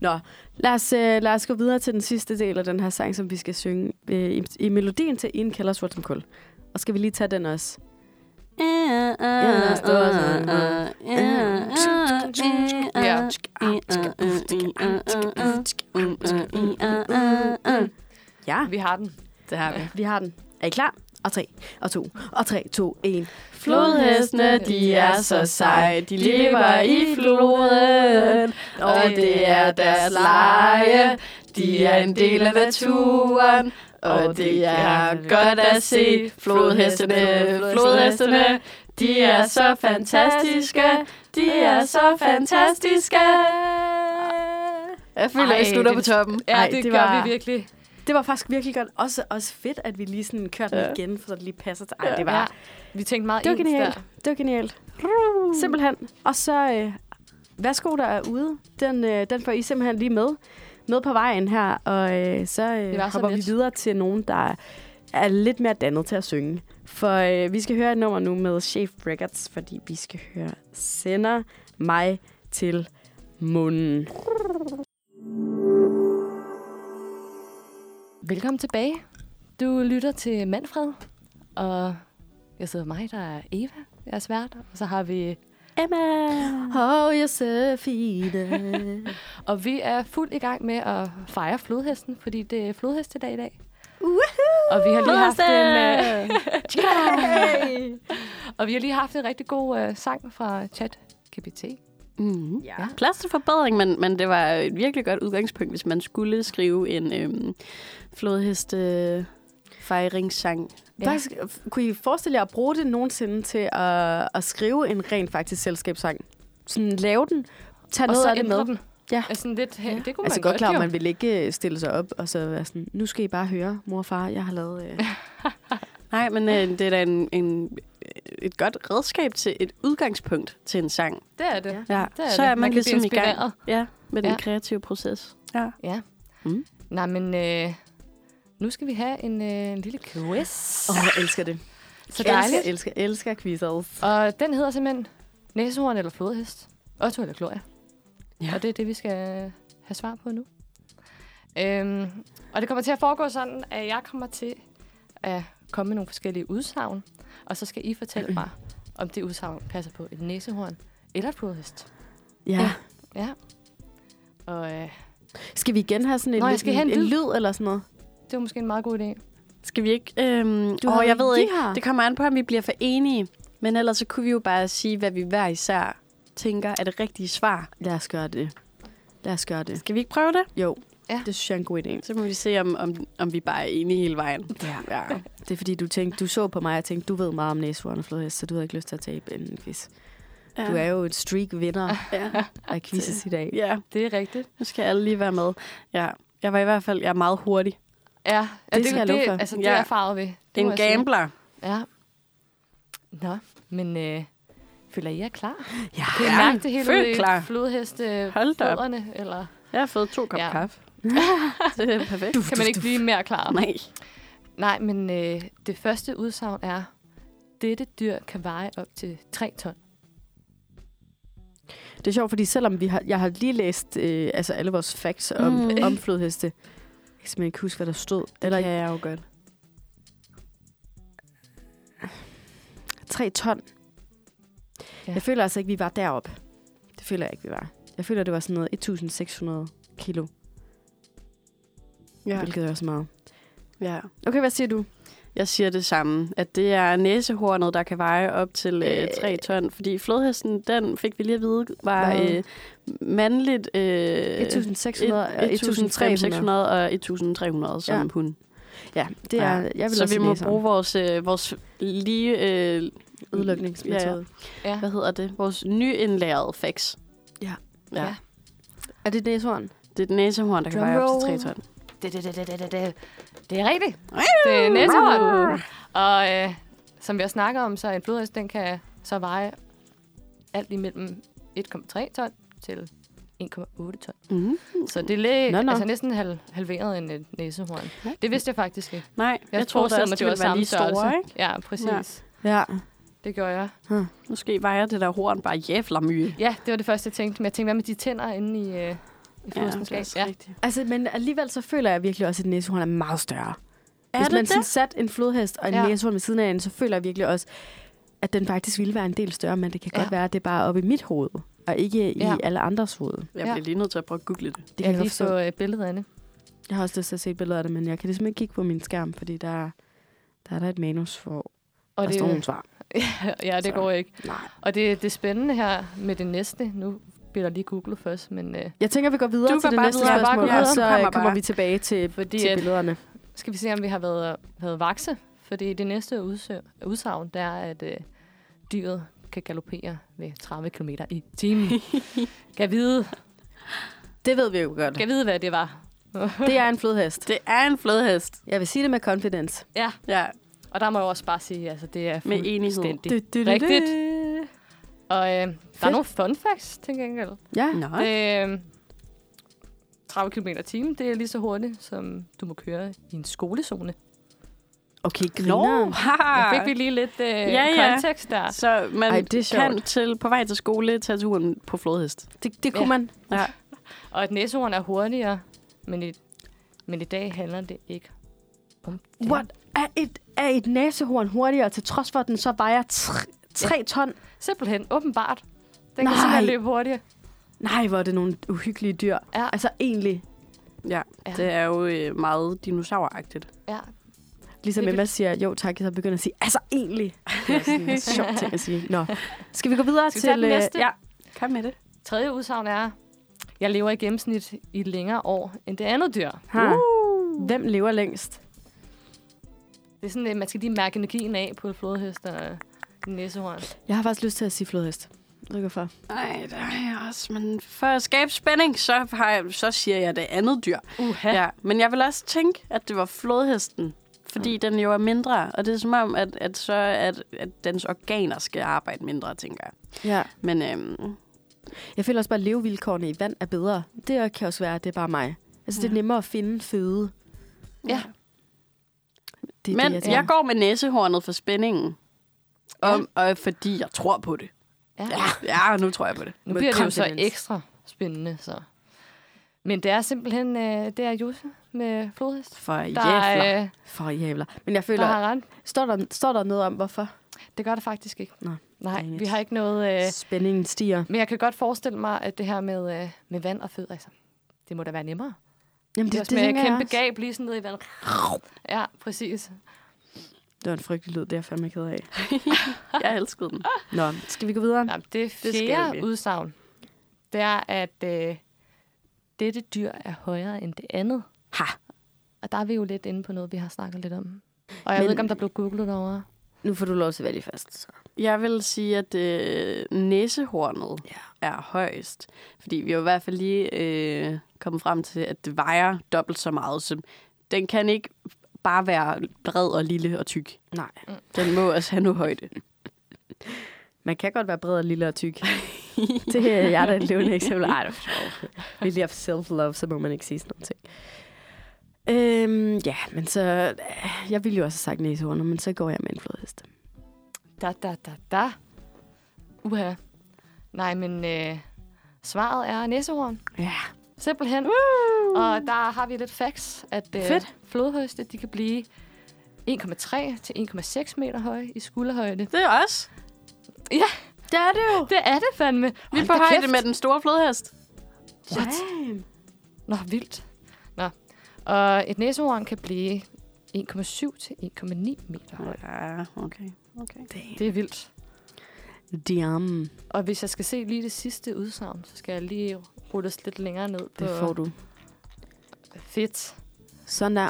Nå, lad os, øh, lad os gå videre til den sidste del af den her sang, som vi skal synge øh, i, i melodien til En kælder sort som kul. Og skal vi lige tage den også? Ja. Ja, Vi har den. Det har vi. vi har den. Er I klar? Og 3, og 2, og 3, 2, 1. Flodhestene, de er så seje, de lever i floden, og det er deres leje. De er en del af naturen, og det er godt at se. Flodhestene, flodhestene, de er så fantastiske, de er så fantastiske. Jeg føler, Ej, jeg slutter på det- toppen. Ja, Ej, det, det gør var- vi virkelig. Det var faktisk virkelig godt. Også, også fedt, at vi lige sådan kørte den Ja. igen, for så det lige passer til. Ej, det Ja. var, Vi tænkte meget det var ens genialt. der. Det var genialt. Simpelthen. Og så, øh, værsgo der er ude. Den, øh, den får I simpelthen lige med. Med på vejen her. Og øh, så øh, var så hopper vi let. videre til nogen, der er lidt mere dannet til at synge. For øh, vi skal høre et nummer nu med Chef Records, fordi vi skal høre Sender mig til munden. Velkommen tilbage. Du lytter til Manfred, og jeg sidder med mig, der er Eva, jeg er svært, og så har vi... Emma! Åh, oh, Josefine. Og vi er fuld i gang med at fejre flodhesten, fordi det er flodhestedag i dag. Woohoo! Og vi har lige haft en, øh, Hey! og vi har lige haft en rigtig god øh, sang fra Chat GPT. Mm. Ja. Plads til forbedring, men, men det var et virkelig godt udgangspunkt, hvis man skulle skrive en øhm, flodheste fejringssang. Ja. Faktisk, øh, f- kunne I forestille jer at bruge det nogensinde til at, at skrive en rent faktisk selskabssang? Sådan lave den, tage og noget så af det med. ændre den. Ja. Altså, sådan lidt, ja. det kunne altså man godt klar, jo. at man vil ikke øh, stille sig op og så være sådan, nu skal I bare høre, mor og far, jeg har lavet... Øh. Nej, men øh, det er da en, en, et godt redskab til et udgangspunkt til en sang. Det er det. Ja. Ja, Det er så det. er man, Man kan blive ligesom i gang inspireret. ja, med den Ja. kreative proces. Ja. Ja. Mm. Nej, men øh, nu skal vi have en, øh, en lille quiz. Åh, oh, jeg elsker det. Så elsker, dejligt. elsker, elsker quizzes. Og den hedder simpelthen næsehorn eller flodhest. Otto eller Gloria. Ja. Ja. Og det er det, vi skal øh, have svar på nu. Øhm, og det kommer til at foregå sådan, at jeg kommer til at komme med nogle forskellige udsagn. Og så skal I fortælle mig, om det udsagn passer på et næsehorn eller et flodhest. Ja. ja. Ja. Og øh, Skal vi igen have sådan en, Nå, jeg lyd- skal have en en lyd. lyd eller sådan noget? det var måske en meget god idé. Skal vi ikke... Øhm, Du åh, har- jeg ved vi ikke. har. Det kommer an på, om vi bliver for enige. Men ellers så kunne vi jo bare sige, hvad vi hver især tænker er det rigtige svar. Lad os gøre det. Lad os gøre det. Skal vi ikke prøve det? Jo, Ja. det synes jeg er en god idé. Så må vi se, om, om, om vi bare er enige hele vejen. Ja. Ja. Det er fordi, du tænkte, du så på mig og tænkte, du ved meget om næsehorn og flodhest, så du havde ikke lyst til at tabe en quiz. Du er jo et streak-vinder Ja. af quizzes i dag. ja, Det er rigtigt. nu skal alle lige være med. Ja, jeg var i hvert fald jeg er meget hurtig. Ja, ja, Det skal jeg love for. Altså, det Ja. ja. erfarede vi. Det må En jeg sige. gambler. Ja. Nå, men øh, føler I jer klar? Ja. Kan I mærke det hele føl ude i klar. flodheste Hold da op. fødderne, eller Jeg har fået to kop Ja. kaffe. det er perfekt. kan man ikke blive mere klar? Nej. Nej, men øh, det første udsagn er, dette dyr kan veje op til 3 ton. Det er sjovt, fordi selvom vi har, jeg har lige læst øh, altså alle vores facts om, Mm. mm. om flodheste, jeg kan simpelthen ikke huske, hvad der stod. Eller Eller kan ja. jeg jo godt. 3 ton. Ja. Ja. Jeg føler altså ikke, vi var deroppe. Det føler jeg ikke, vi var. Jeg føler, det var sådan noget 1600 kilo, ja. Ja. hvilket er også meget. ja. Okay, hvad siger du? Jeg siger det samme, at det er næsehornet, der kan veje op til øh, Øh. 3 ton. Fordi flodhesten, den fik vi lige at vide, var Hvad? øh, mandligt... Øh, 1600 og 1300. 1.600 og 1.300 som Ja. hun. Ja, det er, Ja. ja. jeg vil Så også vi må læse om bruge vores, øh, vores lige... Øh, udlukningsmetode. Ja, Ja. Hvad hedder det? Vores nyindlærede fax. Ja. ja. Ja. Er det næsehorn? Det er et næsehorn, der kan veje op til 3 ton. Det, det, det, det, det, det, det. det er rigtigt. Det Uh. er næsehorn. Og øh, som vi har snakket om, så en flodhest, den kan så veje alt imellem 1,3 ton til 1,8 ton. Mm. Så det er læ- Nå, nå. Altså næsten hal- halveret en øh, næsehorn. Ja. Det vidste jeg faktisk ikke. Nej, jeg, jeg tror, forestillede der også, mig, det ville være lige store, ikke? Ja, præcis. Ja. Ja. Det gjorde jeg. Måske vejer det der horn bare jævla mye. Ja, det var det første, jeg tænkte. Men jeg tænkte, hvad med de tænder inde i, øh, i flodhestens det er ja, også ja. rigtigt. Altså, men alligevel så føler jeg virkelig også, at næsehorn er meget større. Er Hvis det man det? sådan satte en flodhest og en Ja. ja. næsehorn ved siden af en, så føler jeg virkelig også, at den faktisk ville være en del større, men det kan Ja. ja. godt være, at det er bare oppe i mit hoved, og ikke i Ja. ja. alle andres hoved. Det Jeg Ja. bliver lige nødt til at prøve at google det. kan Jeg jeg, kan godt lige forstå. få øh, billedet af det. Jeg har også lyst til at se billeder af det, men jeg kan ligesom ikke kigge på min skærm, fordi der, der er der et manus, hvor Og der det, står nogle svar. ja, det Så. går ikke. Nej. Og det, det spændende her med det næste, nu bliver der lige googlet først, men øh, Jeg tænker, vi går videre Du til går det bare næste videre. Ja, bare spørgsmål, gå videre. og så Kommer øh, kommer bare. vi tilbage til, Fordi til at- billederne. skal vi se, om vi har været, været vakse? Fordi det næste udsø- udsagn, det er, at øh, dyret kan galopere ved 30 km i timen. kan vide, Det ved vi jo godt. kan vide, hvad det var. Det er en flodhest. Det er en flodhest. Jeg vil sige det med confidence. Ja, Ja, og der må jeg også bare sige, altså det er med enighed. fuldstændig Du, du, du, du. rigtigt. Og øh, der er nogle fun facts, til gengæld. Ja. Nå. Øh, 30 km i timen, det er lige så hurtigt, som du må køre i en skolezone. Okay, Nå, griner. haha. Der fik vi lige lidt øh, Ah. Ja, ja. kontekst der. Så man Ej, Ej, det er sjovt. kan til, på vej til skole tage turen på flodhest. Det, det kunne kunne ja. man. Ja. Og at næsehorn er hurtigere, men i, men i dag handler det ikke Bum. What? Er et, er et næsehorn hurtigere, til trods for, at den så vejer 3 ton? Simpelthen, åbenbart. Den Nej. kan simpelthen løbe hurtigere. Nej, hvor er det nogle uhyggelige dyr. Ja. Altså egentlig, Ja, Ja. det er jo øh, meget dinosauragtigt. Ja. ligesom Det kan- Emma siger, jo tak, så begynder at sige, altså egentlig. Det er sådan en sjov ting at sige. Nå, skal vi gå videre Skal vi til... tage den øh, næste? Ja, Kom med det. Tredje udsagn er, jeg lever i gennemsnit i et længere år end det andet dyr. ha. Hvem lever længst? Det er sådan, at man skal lige mærke energien af på et flodhest og en næsehorn. Jeg har faktisk lyst til at sige flodhest. Jeg ved ikke hvorfor. Nej, det er jeg også. Men for at skabe spænding, så, har jeg, så siger jeg det andet dyr. Uha. Ja. ja. Men jeg vil også tænke, at det var flodhesten. Fordi den jo er mindre. Og det er som om, at, at, så, at, at dens organer skal arbejde mindre, tænker jeg. Ja. Men øhm, Jeg føler også bare, at levevilkårene i vand er bedre. Det kan også være, at det er bare mig. Altså, det er nemmere at finde føde. Ja. Det er Men det, jeg jeg, tænker. jeg går med næsehornet for spændingen. Ja. Om, og fordi jeg tror på det. Ja. Ja, ja nu tror jeg på det. Nu Med bliver det jo så confidence. ekstra spændende. Så. Men det er simpelthen, øh, det er Jose med flodhest. For Der, jævler. øh, For jævler. Men jeg der føler, har ret. står, der, står der noget om, hvorfor? Det gør det faktisk ikke. Nå, Nej, dang it. vi har ikke noget... Øh, Spændingen stiger. men jeg kan godt forestille mig, at det her med, øh, med vand og fødder, altså, det må da være nemmere. Jamen, Det, er også med et kæmpe gab lige sådan nede i vandet. Ja, præcis. Det var en frygtelig lyd, det er jeg fandme ked af. Jeg elskede den. Nå, skal vi gå videre? Nå, det skal vi. fjerde udsagn, det er, at øh, dette dyr er højere end det andet. Ha. Og der er vi jo lidt inde på noget, vi har snakket lidt om. Og jeg Men- ved ikke, om der blev googlet over. Nu får du lov til at vælge først. Så. Jeg vil sige, at øh, næsehornet ja. er højst. Fordi vi jo i hvert fald lige øh, kommet frem til, at det vejer dobbelt så meget. Som, den kan ikke bare være bred og lille og tyk. Nej. Den må også have noget højde. Man kan godt være bred og lille og tyk. det er jeg, der er et levende eksempel. Ej, det er Vil jeg self-love, så må man ikke sige sådan nogle ting. Øhm, ja, men så... øh, Jeg ville jo også have sagt næsehornet, men så går jeg med en flodhest. Da, da, da, da. Uha. Nej, men øh, svaret er næsehorn. Ja. Simpelthen. Woo! Og der har vi lidt facts, at øh, Fedt. flodhøste, de kan blive 1,3 til 1,6 meter høje i skulderhøjde. Det er os. Ja, Det er det jo! det er det fandme. Vi er Hold på da højde kæft. med den store flodhest. What? Damn. Nå, vildt. Nå. Og et næsehorn kan blive 1,7 til 1,9 meter højt. Ja, okay. okay. Damn. Det er vildt. Damn. Og hvis jeg skal se lige det sidste udsagn, så skal jeg lige rulles lidt længere ned på... Det får du. Fedt. Sådan der.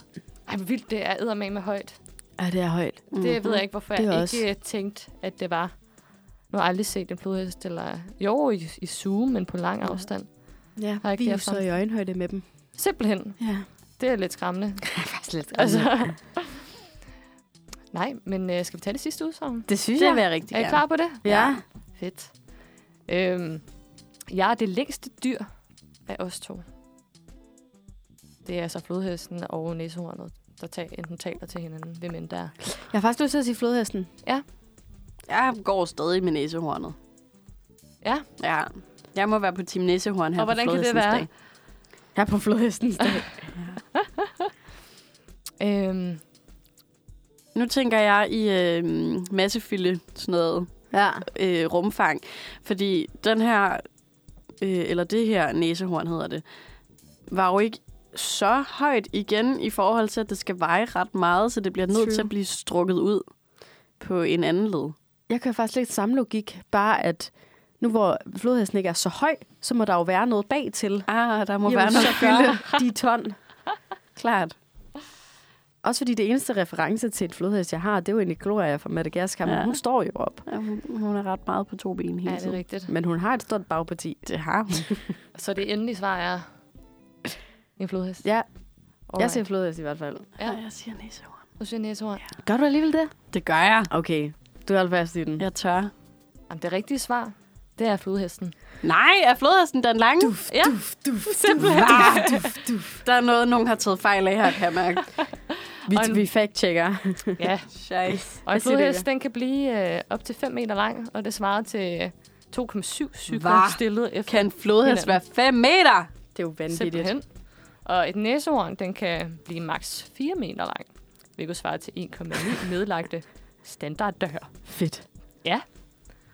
Ej, hvor vildt det er eddermame højt. Ja, det er højt. Mm-hmm. Det ved jeg ikke, hvorfor Mhm. Det er jeg også- ikke også. tænkte, at det var. Nu har jeg aldrig set en flodhest, eller... Jo, i, i Zoom, men på lang afstand. Ja, Har ikke vi er jo derfra. så i øjenhøjde med dem. Simpelthen. Ja. Det er lidt skræmmende. Det er faktisk lidt Altså. Nej, men øh, skal vi tage det sidste udsagn? Det synes Det vil jeg rigtig Er I gerne. klar på det? Ja. Fedt. Øhm, jeg er det længste dyr af os to. Det er altså flodhesten og næsehornet, der tager, enten taler til hinanden, hvem end der er. Jeg har faktisk lyst til at sige flodhesten. Jeg går stadig med næsehornet. Ja. Ja. Jeg må være på Team Næsehorn her Og på hvordan kan det Flodhestens være? Dag. Jeg er på flodhestens dag. Øhm, Nu tænker jeg i øh, massefylde, sådan noget ja. øh, rumfang. Fordi den her, øh, eller det her næsehorn hedder det, var jo ikke så højt igen i forhold til, at det skal veje ret meget, så det bliver nødt True. til at blive strukket ud på en anden led. Jeg kan faktisk lidt samme logik, bare at nu hvor flodhesten ikke er så høj, så må der jo være noget bag til. Ah, der må Jamen, være Jamen, noget så gør de ton. Klart. Også fordi det eneste reference til et flodhest, jeg har, det er jo egentlig Gloria fra Madagaskar, men Ja. hun står jo op. Ja, hun, hun er ret meget på to ben ja, hele det er tiden. rigtigt. Men hun har et stort bagparti. Det har hun. Så det endelige svar er en flodhest. Ja, jeg Alright. ser flodhest i hvert fald. Ja. jeg siger næsehorn. Du siger næsehorn. Gør du alligevel det? Det gør jeg. Okay, du holder fast i den. Jeg tør. Jamen, det rigtige svar, det er flodhesten. Nej, er flodhesten den lange? Du, Ja, simpelthen. Duf, duf, duf. Der er noget, nogen har taget fejl af her, kan jeg mærke. Vi, Og en- vi fact-checker. ja. Scheiss. Og Hvad en siger du, flodhest, den kan blive øh, op til 5 meter lang, og det svarer til øh, 2,7 cykler Hva? stillet efter Kan en flodhest være 5 meter? Det er jo vanvittigt. Simpelthen. Og et næsehorn, den kan blive maks 4 meter lang. hvilket svarer til 1,9 nedlagte standarddøre. Fedt. Ja.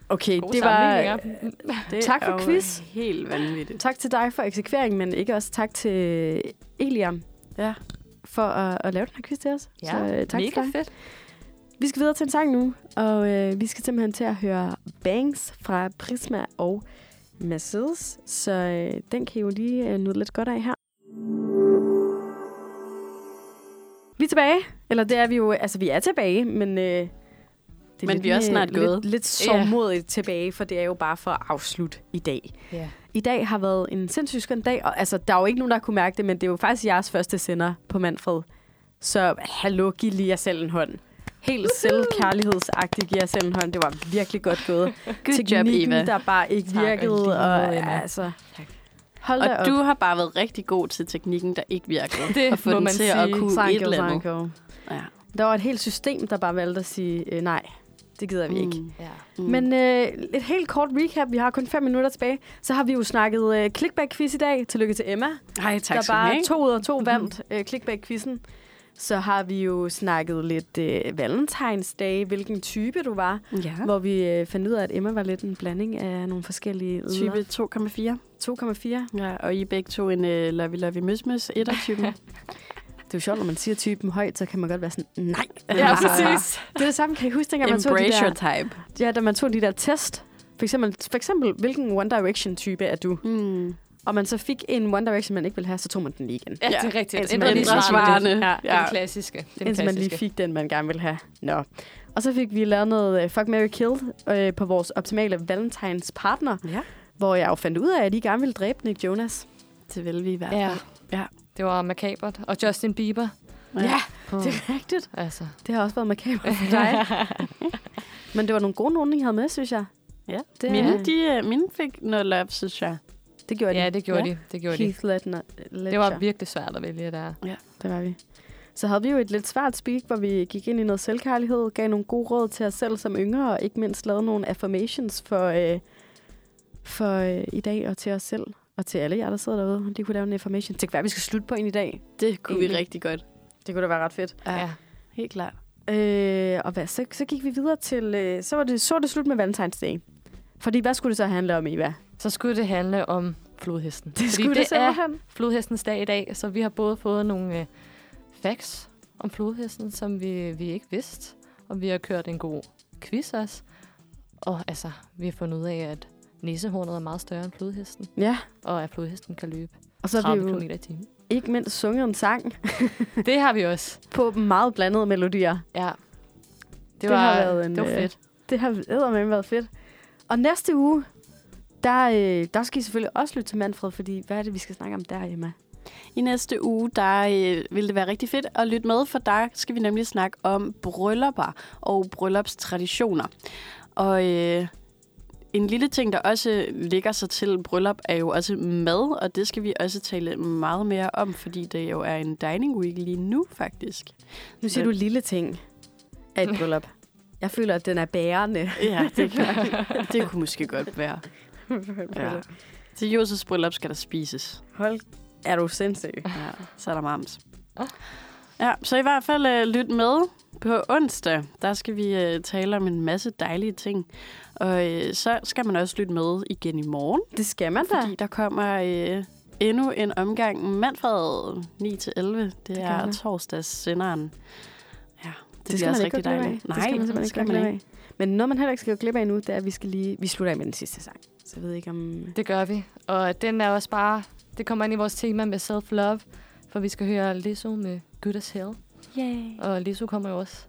Okay, Gode det var... sammenligninger. Det Tak for er jo quiz. helt vanvittigt. øh, Tak til dig for eksekveringen, men ikke også tak til Eliam Ja. for at, at lave den her quiz til os. Ja, Så, øh, tak til Mega dig. fedt. Vi skal videre til en sang nu, og øh, vi skal simpelthen til at høre Bangs fra Prisma og Mercedes. Så øh, den kan I jo lige øh, nyde lidt godt af her. Vi er tilbage. Eller det er vi jo... Altså, vi er tilbage, men... Øh, det er Men vi er også øh, snart gået. Lidt, lidt sovmodigt tilbage, for det er jo bare for at afslutte i dag. Ja. I dag har været en sindssygt skøn dag, og altså, der er jo ikke nogen, der har kunne mærke det, men det er jo faktisk jeres første sender på Manfred. Så hallo, giv lige jer selv en hånd. Helt selvkærlighedsagtigt giv jer selv en hånd. Det var virkelig godt gået. Good job, Teknikken, Eva. der bare ikke Tak, og lige virkede, måde, og, Emma. altså... Tak. Hold da Og op. du har bare været rigtig god til teknikken, der ikke virkede. Det og få må den man til sige. at kunne Sanko, et eller andet. Sanko. Ja. Der var et helt system, der bare valgte at sige, øh, nej, det gider vi ikke. Mm. Ja. Mm. Men øh, et helt kort recap, vi har kun fem minutter tilbage. Så har vi jo snakket øh, clickback-quiz i dag. Tillykke til Emma. Ej, Mm. tak der skal du bare have. to ud af to vandt øh, clickbait-quizzen. Så har vi jo snakket lidt øh, valentinsdag, hvilken type du var. Ja. Hvor vi øh, fandt ud af, at Emma var lidt en blanding af nogle forskellige Type 2,4. 2,4. Ja, og I er begge to en uh, lovey lovey møsmøs ettertypen. Det er jo sjovt, når man siger typen højt, så kan man godt være sådan, nej. Ja, Altså, præcis. Det er det samme, kan I huske, dengang man tog de Embrace your der, type. ja, da man tog de der test. For eksempel, for eksempel, hvilken One Direction-type er du? Mm. Og man så fik en One Direction, man ikke ville have, så tog man den lige igen. ja, det er rigtigt. Ændrer altså man lige ændrer svarene. svarene. Ja, Ja. Den klassiske. Den Indtil Altså, man lige klassiske. fik den, man gerne ville have. Nå. Og så fik vi lavet noget øh, Fuck, Mary Kill øh, på vores optimale Valentines partner, Ja. hvor jeg jo fandt ud af, at I gerne ville dræbe Nick Jonas. Det vil vi i hvert Ja. fald. Ja. Det var makabert. Og Justin Bieber. Oh. Det er rigtigt. Altså, Det har også været makabert for dig. Men det var nogle gode nogen, I havde med, synes jeg. ja. Det, Det er- mine, de, øh, mine fik noget love, synes jeg. det gjorde ja, de. det gjorde Ja. de. Det gjorde de. Heath Ledger. Det var virkelig svært at vælge der. Det var vi. Så havde vi jo et lidt svært speak, hvor vi gik ind i noget selvkærlighed, gav nogle gode råd til os selv som yngre, og ikke mindst lavede nogle affirmations for, øh, for øh, i dag og til os selv. Og til alle jer, der sidder derude, de kunne lave en affirmation. Det kan være, vi skal slutte på en i dag. Det kunne vi Egentlig. rigtig godt. Det kunne da være ret fedt. Ja. Ja. Helt klart. Øh, og hvad, så, så gik vi videre til, øh, så var det, så var det slut med Valentinsdag. Fordi hvad skulle det så handle om, Eva? Så skulle det handle om flodhesten. Det skulle Fordi det, det det er simpelthen. flodhestens dag i dag, så vi har både fået nogle øh, facts om flodhesten, som vi, vi ikke vidste, og vi har kørt en god quiz også. Og altså, vi har fundet ud af, at næsehornet er meget større end flodhesten, Ja, og at flodhesten kan løbe og så har 30 vi jo km i timen. ikke mindst sunget en sang Det har vi også. på meget blandede melodier. Ja. Det, Det var, har været en, det var øh, fedt. Det har eddermame været fedt. Og næste uge, der, øh, der skal I selvfølgelig også lytte til Manfred, fordi hvad er det, vi skal snakke om der, Emma? I næste uge, der øh, vil det være rigtig fedt at lytte med, for der skal vi nemlig snakke om bryllupper og bryllupstraditioner. Og øh, en lille ting, der også ligger sig til bryllup, er jo også mad, og det skal vi også tale meget mere om, fordi det jo er en dining week lige nu, faktisk. Nu siger Ja. du lille ting af et bryllup. Jeg føler, at den er bærende. Ja, det, kan, det kunne måske godt være. Ja. Til Joses bryllup skal der spises. Hold, er du sindssyg? Ja, så er der mams. Ja, så i hvert fald øh, lyt med på onsdag. Der skal vi øh, tale om en masse dejlige ting. Og øh, så skal man også lytte med igen i morgen, Det skal man da. fordi der kommer øh, endnu en omgang Manfred 9-11. Det, det gør er der. torsdagssenderen. Ja, det, skal det bliver man også ikke rigtig gå glip af. dejligt. det skal man simpelthen det ikke gå glip af. Men noget, man heller ikke skal gå glip af nu, det er, at vi skal lige... Vi slutter af med den sidste sang. Så jeg ved ikke om... Det gør vi. Og den er også bare... Det kommer ind i vores tema med self-love, for vi skal høre Lizzo med Good As Hell. Yay. Og Lizzo kommer jo også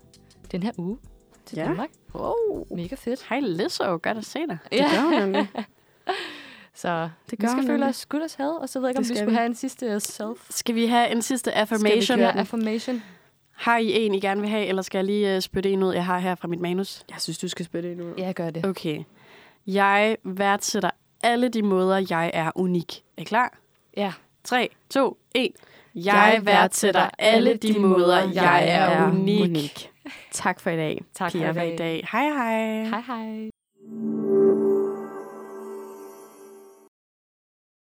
den her uge til Ja. ja. Danmark. Wow. Mega fedt. Hej Lizzo, godt at se dig. Det gør hun nemlig. Så Det det gør gør vi hun skal føle nemlig. os good as hell, og så ved jeg ikke, om Det vi skal skulle vi. have en sidste self. Skal vi have en sidste affirmation? Skal vi køre affirmation? Har I en, I gerne vil have, eller skal jeg lige øh, spytte en ud, jeg har her fra mit manus? Jeg synes, du skal spille det nu. Ja, gør det. Okay. Jeg værdsætter alle de måder, jeg er unik. Er I klar? Ja. 3, 2, 1. Jeg værdsætter alle de måder, jeg er unik. Tak for i dag. Tak Jeg for var i dag. Hej hej. Hej hej.